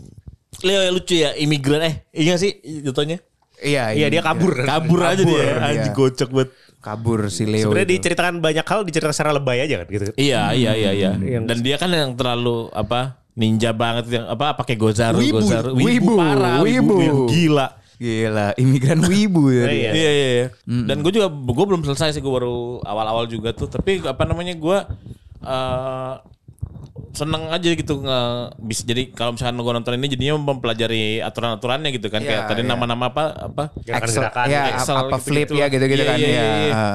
Speaker 2: Leo lucu ya imigran eh iya nggak sih jatuhnya
Speaker 4: Iya,
Speaker 5: Iya dia kabur.
Speaker 2: Kabur aja dia.
Speaker 4: Kabur,
Speaker 2: Anjing
Speaker 4: iya.
Speaker 2: gocok banget.
Speaker 4: Kabur si Leo.
Speaker 5: Sebenarnya
Speaker 4: itu.
Speaker 5: diceritakan banyak hal diceritakan secara lebay aja kan gitu.
Speaker 2: Iya, iya, iya, iya.
Speaker 5: Yang-
Speaker 2: Dan dia kan yang terlalu apa? Ninja banget yang apa pakai gozaru,
Speaker 4: Wibu.
Speaker 2: gozaru,
Speaker 4: Wibu,
Speaker 2: parah,
Speaker 4: wibu.
Speaker 2: yang gila.
Speaker 4: Gila, imigran wibu ya. dia.
Speaker 5: Nah, iya.
Speaker 2: Iya, iya, iya. Dan gue juga gue belum selesai sih gue baru awal-awal juga tuh, tapi apa namanya gue eh seneng aja gitu nge bisa jadi kalau misalkan gue nonton ini jadinya mempelajari aturan-aturannya gitu kan kayak
Speaker 4: Iya,
Speaker 2: tadi
Speaker 4: iya.
Speaker 2: nama-nama apa apa
Speaker 4: Axel,
Speaker 5: Gerakan-gerakan.
Speaker 4: ya,
Speaker 2: Axel
Speaker 4: apa
Speaker 2: gitu-gitu.
Speaker 4: flip ya gitu-gitu
Speaker 2: Iya,
Speaker 4: kan.
Speaker 2: iya,
Speaker 4: ya.
Speaker 2: iya, iya.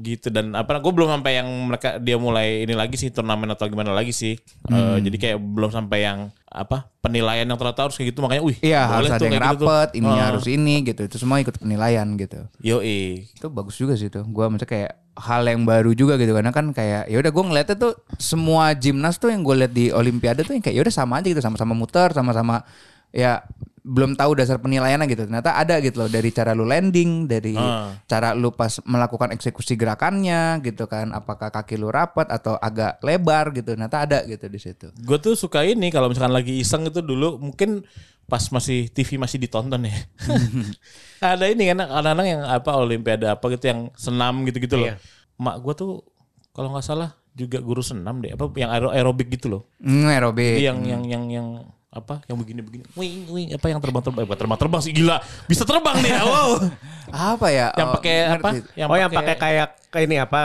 Speaker 2: gitu dan apa gue belum sampai yang mereka dia mulai ini lagi sih turnamen atau gimana lagi sih Eh,
Speaker 4: Hmm.
Speaker 2: jadi kayak belum sampai yang apa penilaian yang ternyata harus kayak gitu makanya wih
Speaker 4: Iya, harus
Speaker 2: boleh
Speaker 4: ada
Speaker 2: tuh
Speaker 4: yang
Speaker 2: kayak gitu tuh.
Speaker 4: rapet, ini
Speaker 2: Ah,
Speaker 4: harus ini gitu. Itu semua ikut penilaian gitu.
Speaker 2: yoi
Speaker 4: Itu bagus juga sih tuh. Gua maksudnya kayak hal yang baru juga gitu karena kan kayak ya udah gua ngeliatnya tuh semua gymnas tuh yang gue lihat di olimpiade tuh yang kayak ya udah sama aja gitu sama-sama muter sama-sama ya belum tahu dasar penilaiannya gitu ternyata ada gitu loh dari cara lu landing dari
Speaker 2: Ah.
Speaker 4: cara lu pas melakukan eksekusi gerakannya gitu kan apakah kaki lu rapat atau agak lebar gitu ternyata ada gitu di situ
Speaker 2: gue tuh suka ini kalau misalkan lagi iseng itu dulu mungkin pas masih TV masih ditonton ya ada ini kan anak-anak yang apa olimpiade apa gitu yang senam gitu-gitu
Speaker 4: Iya.
Speaker 2: loh mak gue tuh kalau nggak salah juga guru senam deh apa yang aer- aerobik gitu loh
Speaker 4: Hmm, aerobik.
Speaker 2: Jadi yang yang yang yang apa yang begini begini wing wing apa yang terbang terbang terbang terbang sih gila bisa terbang nih ya. wow
Speaker 4: apa ya?
Speaker 2: yang
Speaker 4: Oh,
Speaker 2: pakai apa
Speaker 4: ngerti.
Speaker 5: oh yang pakai kayak kayak ini apa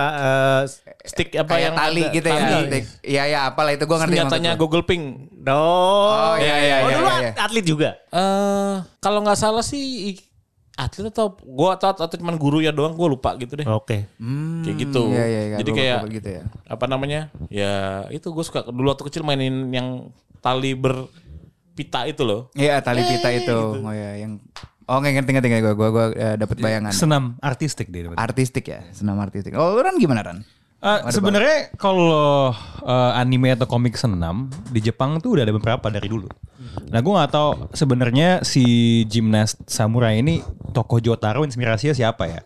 Speaker 5: eh,
Speaker 2: stick apa
Speaker 4: Kayak
Speaker 2: yang
Speaker 4: tali
Speaker 2: ada-
Speaker 4: gitu ya.
Speaker 2: tali.
Speaker 4: Tik. Iya ya apalah itu gua ngerti.
Speaker 2: senjatanya
Speaker 4: maksud lu.
Speaker 2: Google Pink
Speaker 5: oh,
Speaker 4: Oh, iya, iya,
Speaker 5: oh
Speaker 4: iya,
Speaker 5: dulu
Speaker 4: iya.
Speaker 5: at- atlet juga.
Speaker 2: eh kalau nggak salah sih i- atlet atau gua atau atau cuman guru ya doang gua lupa gitu deh
Speaker 5: Oke.
Speaker 4: Hmm,
Speaker 2: kayak gitu
Speaker 4: Iya iya iya.
Speaker 2: jadi
Speaker 4: Gua
Speaker 2: kayak
Speaker 4: bakal gitu ya.
Speaker 2: apa namanya ya itu gue suka dulu waktu kecil mainin yang tali berpita itu loh
Speaker 4: Iya tali
Speaker 2: Eh,
Speaker 4: pita
Speaker 2: gitu.
Speaker 4: itu. Oh ya yang Oh nggak ngerti ngerti ngerti gua gua gua eh,
Speaker 2: Iya.
Speaker 4: dapat bayangan.
Speaker 3: Senam artistik dia. dapat.
Speaker 4: Artistik ya, senam artistik. Oh, Ran gimana Ran?
Speaker 3: Eh, Sebenarnya kalau eh, anime atau komik senam di Jepang tuh udah ada beberapa dari dulu. Nah gue nggak tahu sebenarnya si gymnast samurai ini tokoh Jotaro inspirasinya siapa ya?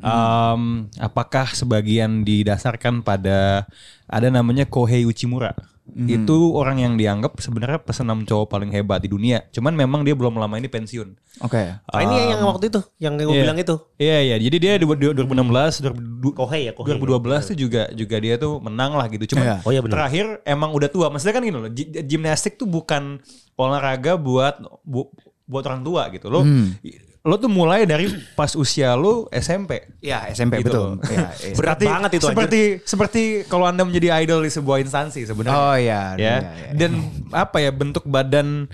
Speaker 3: Em, apakah sebagian didasarkan pada ada namanya Kohei Uchimura? Itu orang yang dianggap sebenarnya pesenam cowok paling hebat di dunia. Cuman memang dia belum lama ini pensiun.
Speaker 4: Oke.
Speaker 5: Ah, ini yang waktu itu yang gue
Speaker 3: Iya.
Speaker 5: bilang itu.
Speaker 3: Iya iya. Jadi dia di- di 2016, 2000
Speaker 5: Kohei ya, Kohei.
Speaker 3: 2012 tuh juga juga dia tuh menang lah gitu. Cuma
Speaker 4: Iya.
Speaker 5: Oh, iya benar.
Speaker 3: terakhir emang udah tua. Maksudnya kan gini loh, gi- gimnastik tuh bukan olahraga buat bu- buat orang tua gitu. Lo
Speaker 4: Hmm.
Speaker 3: lo tuh mulai dari pas usia lo SMP.
Speaker 4: Ya SMP
Speaker 3: Gitu
Speaker 4: betul.
Speaker 3: loh.
Speaker 4: Iya, iya.
Speaker 5: Berat
Speaker 3: Seperti-
Speaker 5: banget itu, anjir.
Speaker 3: Seperti seperti kalau Anda menjadi idol di sebuah instansi sebenarnya
Speaker 4: Oh iya.
Speaker 3: ya.
Speaker 4: iya, iya.
Speaker 3: Dan apa ya bentuk badan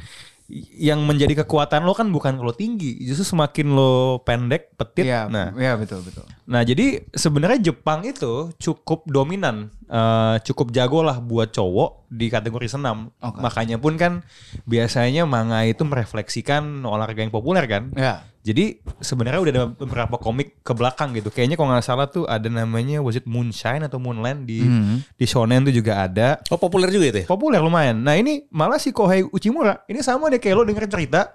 Speaker 3: yang menjadi kekuatan lo kan bukan lo tinggi, justru semakin lo pendek, petit.
Speaker 4: Iya,
Speaker 3: Nah,
Speaker 4: iya betul betul.
Speaker 3: nah jadi sebenarnya Jepang itu cukup dominan, eh, cukup jago lah buat cowok di kategori senam.
Speaker 4: Oke.
Speaker 3: Makanya pun kan biasanya manga itu merefleksikan olahraga yang populer kan.
Speaker 4: Ya.
Speaker 3: Jadi sebenarnya udah ada beberapa komik ke belakang gitu. Kayaknya kalau nggak salah tuh ada namanya was it Moonshine atau Moonland di
Speaker 1: Hmm.
Speaker 3: di shonen tuh juga ada.
Speaker 5: Oh populer juga itu ya?
Speaker 3: Populer lumayan. Nah ini malah si Kohei Uchimura ini sama deh kayak lo denger cerita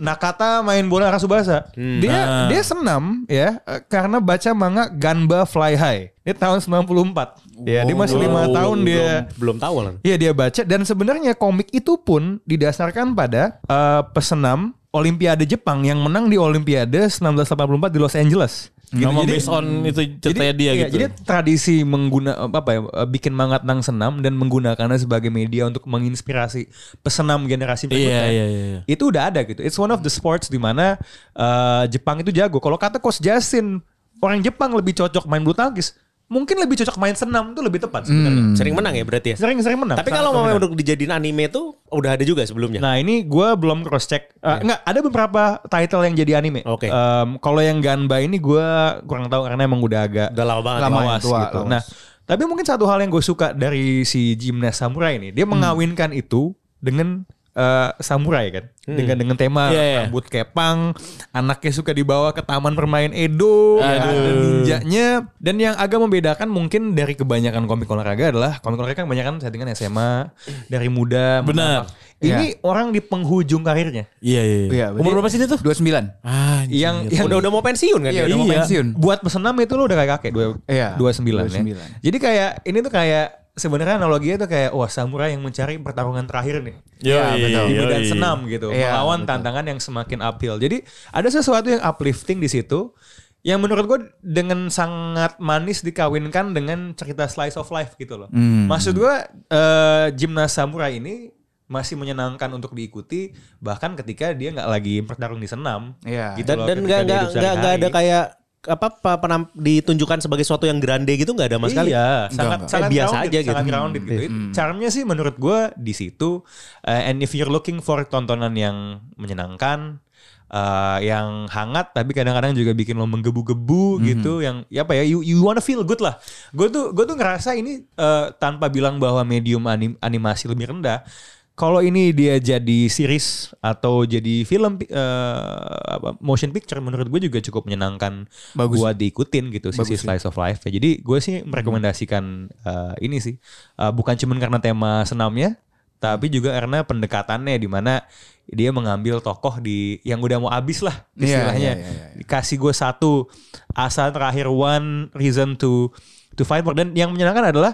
Speaker 3: Nakata main bola Arasubasa.
Speaker 4: Hmm, ah.
Speaker 3: Dia dia senam ya eh, karena baca manga Ganba Fly High. Dia tahun 94. Ya, dia masih
Speaker 1: Oh.
Speaker 3: lima
Speaker 5: Belum-
Speaker 3: tahun dia
Speaker 5: belum, belum tahu lah.
Speaker 3: Iya dia baca dan sebenarnya komik itu pun didasarkan pada eh, pesenam Olimpiade Jepang yang menang di Olimpiade 1984 di Los Angeles. Gitu.
Speaker 2: nama
Speaker 3: Jadi-
Speaker 2: based on itu ceritanya dia
Speaker 3: iya,
Speaker 2: gitu
Speaker 3: Jadi tradisi mengguna apa ya bikin mangat nang senam dan menggunakannya sebagai media untuk menginspirasi pesenam generasi berikutnya.
Speaker 2: Iya, iya, iya, iya.
Speaker 3: Itu udah ada gitu. It's one of the sports di mana eh, Jepang itu jago. Kalau kata coach Justin, orang Jepang lebih cocok main bulu tangkis. Mungkin lebih cocok main senam tuh lebih
Speaker 2: Hmm.
Speaker 3: tepat sebenarnya.
Speaker 4: Hmm.
Speaker 5: Sering menang ya berarti ya?
Speaker 3: Sering-sering menang.
Speaker 5: Tapi
Speaker 3: Sangat
Speaker 5: kalau mau
Speaker 3: dominan.
Speaker 5: untuk dijadiin anime tuh udah ada juga sebelumnya.
Speaker 3: Nah ini gue belum cross check. Eh,
Speaker 5: Iya.
Speaker 3: Enggak ada beberapa title yang jadi anime.
Speaker 5: Oke.
Speaker 3: Em, kalau yang Ganba ini gue kurang tahu karena emang udah agak
Speaker 5: udah lama banget.
Speaker 4: Lama.
Speaker 5: ya.
Speaker 3: lawas
Speaker 4: tua,
Speaker 3: gitu.
Speaker 4: lawas.
Speaker 3: Nah tapi mungkin satu hal yang gue suka dari si gymnast samurai ini
Speaker 5: Hmm.
Speaker 3: dia mengawinkan itu dengan eh, samurai kan
Speaker 5: Hmm.
Speaker 3: dengan dengan tema
Speaker 2: Iya, iya.
Speaker 3: rambut kepang anaknya suka dibawa ke taman bermain Edo ada ninjanya dan yang agak membedakan mungkin dari kebanyakan komik olahraga adalah komik olahraga kan kebanyakan settingan SMA dari muda
Speaker 2: Benar.
Speaker 5: Iya.
Speaker 3: ini orang di penghujung karirnya
Speaker 2: iya iya iya.
Speaker 4: Iya,
Speaker 2: umur berapa sih dia tuh
Speaker 4: 29.
Speaker 2: ah
Speaker 3: yang yang
Speaker 5: Iya, Udah udah mau pensiun kan?
Speaker 4: Iya,
Speaker 5: dia?
Speaker 4: udah mau
Speaker 2: Iya.
Speaker 4: pensiun.
Speaker 3: buat pesenam itu lo udah kayak kakek dua
Speaker 4: Iya,
Speaker 3: dua sembilan ya.
Speaker 4: 29.
Speaker 3: Jadi kayak ini tuh kayak sebenarnya analoginya tuh kayak wah samurai yang mencari pertarungan terakhir nih.
Speaker 1: Ya, betul.
Speaker 3: Di medan
Speaker 1: Yoi.
Speaker 3: senam gitu,
Speaker 4: Iya,
Speaker 3: melawan tantangan yang semakin uphill. Jadi ada sesuatu yang uplifting di situ yang menurut gue dengan sangat manis dikawinkan dengan cerita slice of life gitu loh.
Speaker 4: Hmm.
Speaker 3: Maksud gue eh, gymnast samurai ini masih menyenangkan untuk diikuti bahkan ketika dia nggak lagi bertarung di senam.
Speaker 4: Iya.
Speaker 3: Gitu
Speaker 5: dan
Speaker 3: loh,
Speaker 5: dan
Speaker 3: ketika
Speaker 5: nggak
Speaker 3: dia
Speaker 5: nggak
Speaker 3: hidup
Speaker 5: nggak nggak ada
Speaker 3: sehari-hari.
Speaker 5: kayak apa, apa penam- ditunjukkan sebagai sesuatu yang grande gitu nggak ada mas sekali
Speaker 3: Iya, sangat,
Speaker 5: enggak.
Speaker 3: sangat
Speaker 5: Eh, biasa
Speaker 3: grounded,
Speaker 5: aja gitu.
Speaker 3: Sangat grounded gitu. Caranya sih menurut gue di situ. eh, and if you're looking for tontonan yang menyenangkan, eh, yang hangat, tapi kadang-kadang juga bikin lo
Speaker 5: Hmm.
Speaker 3: menggebu-gebu gitu. Yang ya apa ya, you, you wanna feel good lah. Gue tuh gue tuh ngerasa ini eh, tanpa bilang bahwa medium anim- animasi lebih rendah. Kalau ini dia jadi series atau jadi film eh, apa, motion picture, menurut gue juga cukup menyenangkan
Speaker 4: Bagus. ya. Hmm.
Speaker 3: buat diikutin gitu sisi slice of life. Jadi gue sih merekomendasikan eh, ini sih Eh, bukan cuman karena tema senamnya, tapi juga karena pendekatannya di mana dia mengambil tokoh di yang udah mau habis lah
Speaker 4: Iya,
Speaker 3: istilahnya.
Speaker 4: iya, iya,
Speaker 3: Dikasih gue satu asal terakhir one reason to to fight for dan yang menyenangkan adalah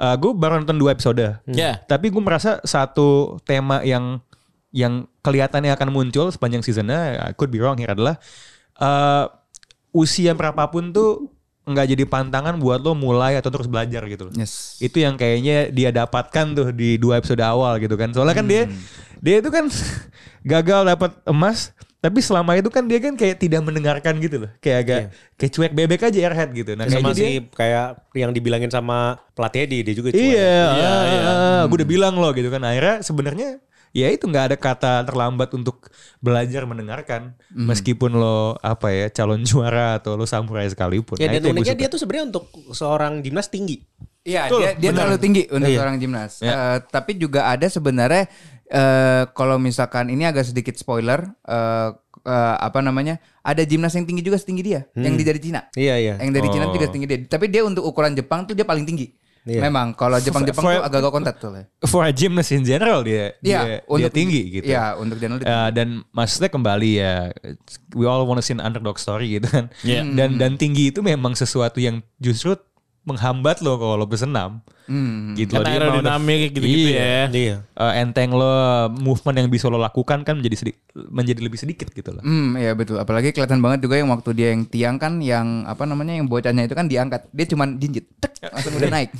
Speaker 3: eh, gue baru nonton dua episode.
Speaker 2: Ya.
Speaker 3: Tapi gue merasa satu tema yang yang kelihatannya akan muncul sepanjang seasonnya, I could be wrong here adalah eh, usia berapapun tuh nggak jadi pantangan buat lo mulai atau terus belajar gitu. loh.
Speaker 4: Yes.
Speaker 3: Itu yang kayaknya dia dapatkan tuh di dua episode awal gitu kan. Soalnya kan dia
Speaker 5: Hmm.
Speaker 3: dia itu kan gagal dapat emas, tapi selama itu kan dia kan kayak tidak mendengarkan gitu loh, kayak agak kayak cuek bebek aja airhead gitu. Nah,
Speaker 5: Iya. sama
Speaker 3: kayaknya dia-
Speaker 5: si ya? kayak yang dibilangin sama pelatihnya dia, dia juga cuek.
Speaker 3: Iya, gue udah bilang loh gitu kan. Akhirnya sebenarnya ya itu nggak ada kata terlambat untuk belajar mendengarkan, meskipun lo apa ya calon juara atau lo samurai sekalipun.
Speaker 5: Ya dan
Speaker 3: Nah, itu yang gua
Speaker 5: uniknya
Speaker 3: suka.
Speaker 5: dia tuh sebenarnya untuk seorang gimnas tinggi.
Speaker 4: Iya, dia, dia terlalu tinggi untuk
Speaker 3: Iya.
Speaker 4: seorang gimnas. Eh, tapi juga ada sebenarnya eh kalau misalkan ini agak sedikit spoiler eh eh, apa namanya? Ada gimnas yang tinggi juga setinggi dia,
Speaker 3: Hmm.
Speaker 4: yang di dari Cina.
Speaker 5: Iya iya.
Speaker 4: Yang
Speaker 3: Oh.
Speaker 4: dari Cina juga setinggi dia. Tapi dia untuk ukuran Jepang tuh dia paling tinggi.
Speaker 5: Iya.
Speaker 4: Memang kalau Jepang-Jepang
Speaker 3: For-
Speaker 4: tuh agak gak kontak tuh. Le.
Speaker 3: for a gymnast in general dia dia,
Speaker 4: Iya,
Speaker 3: dia tinggi gitu.
Speaker 4: Iya, untuk general dia
Speaker 3: Eh, dan maksudnya kembali ya we all wanna see an underdog story gitu kan.
Speaker 2: Iya.
Speaker 3: Dan dan tinggi itu memang sesuatu yang justru menghambat lo kalau lo bersenam. Gitu
Speaker 2: Kan
Speaker 3: loh. Dia mau-
Speaker 2: aerodinamik gitu-gitu
Speaker 3: Iya.
Speaker 2: ya.
Speaker 5: Iya.
Speaker 3: eh, enteng lo movement yang bisa lo lakukan kan menjadi sedi- menjadi lebih sedikit gitu loh.
Speaker 4: Hmm, ya betul. Apalagi kelihatan banget juga yang waktu dia yang tiang kan, yang apa namanya, yang bocahnya itu kan diangkat. Dia cuman jinjit, tek, langsung udah naik.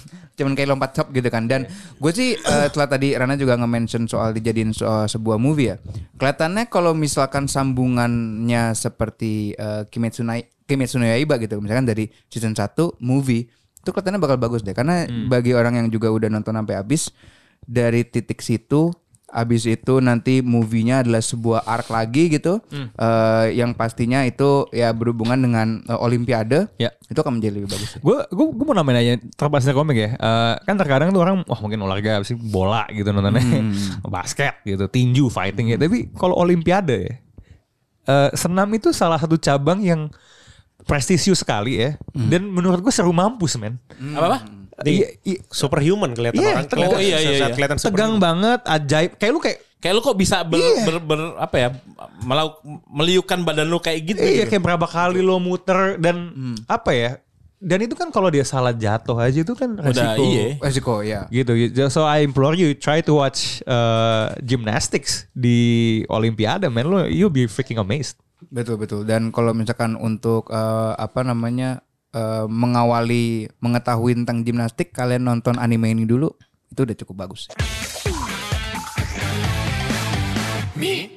Speaker 4: Cuman kayak lompat hop gitu kan. Dan gue sih eh, setelah tadi Rana juga nge-mention soal dijadiin so- sebuah movie ya. Kelihatannya kalau misalkan sambungannya seperti eh, Kimetsu, Nai- Kimetsu no Yaiba gitu, misalkan dari season 1 movie, itu kelihatannya bakal bagus deh. Karena bagi orang yang juga udah nonton sampai habis, dari titik situ Abis itu nanti movie-nya adalah sebuah arc lagi gitu. Eh, yang pastinya itu ya berhubungan dengan eh, olimpiade.
Speaker 3: Ya.
Speaker 4: Itu akan menjadi lebih bagus.
Speaker 3: Gue gue gue mau nambahin aja terlepas dari komik ya. Eh, kan terkadang tuh orang wah mungkin olahraga apa sih bola gitu nontonnya basket gitu, tinju, fighting ya. Tapi kalau olimpiade ya. eh, senam itu salah satu cabang yang prestisius sekali ya. Dan menurut gue seru mampus men.
Speaker 2: Apa-apa?
Speaker 3: Iya, iya.
Speaker 5: Superhuman kelihatan
Speaker 3: Iya,
Speaker 5: orang tegang.
Speaker 2: oh, iya, iya,
Speaker 5: Saat
Speaker 2: iya.
Speaker 5: Kelihatan
Speaker 3: tegang banget, ajaib. Kayak lu kayak
Speaker 2: Kayak lu kok bisa ber, ber- ber- apa ya melau- meliukan badan lu kayak gitu.
Speaker 3: Iya
Speaker 2: gitu.
Speaker 3: kayak berapa kali lo muter dan apa ya? Dan itu kan kalau dia salah jatuh aja itu kan
Speaker 2: Udah
Speaker 3: resiko.
Speaker 2: iya.
Speaker 4: Resiko ya.
Speaker 3: Gitu. So I implore you try to watch uh, gymnastics di Olimpiade, man. Lo you'll be freaking amazed.
Speaker 4: Betul betul. Dan kalau misalkan untuk eh, apa namanya eh, mengawali mengetahui tentang gimnastik, kalian nonton anime ini dulu. Itu udah cukup bagus.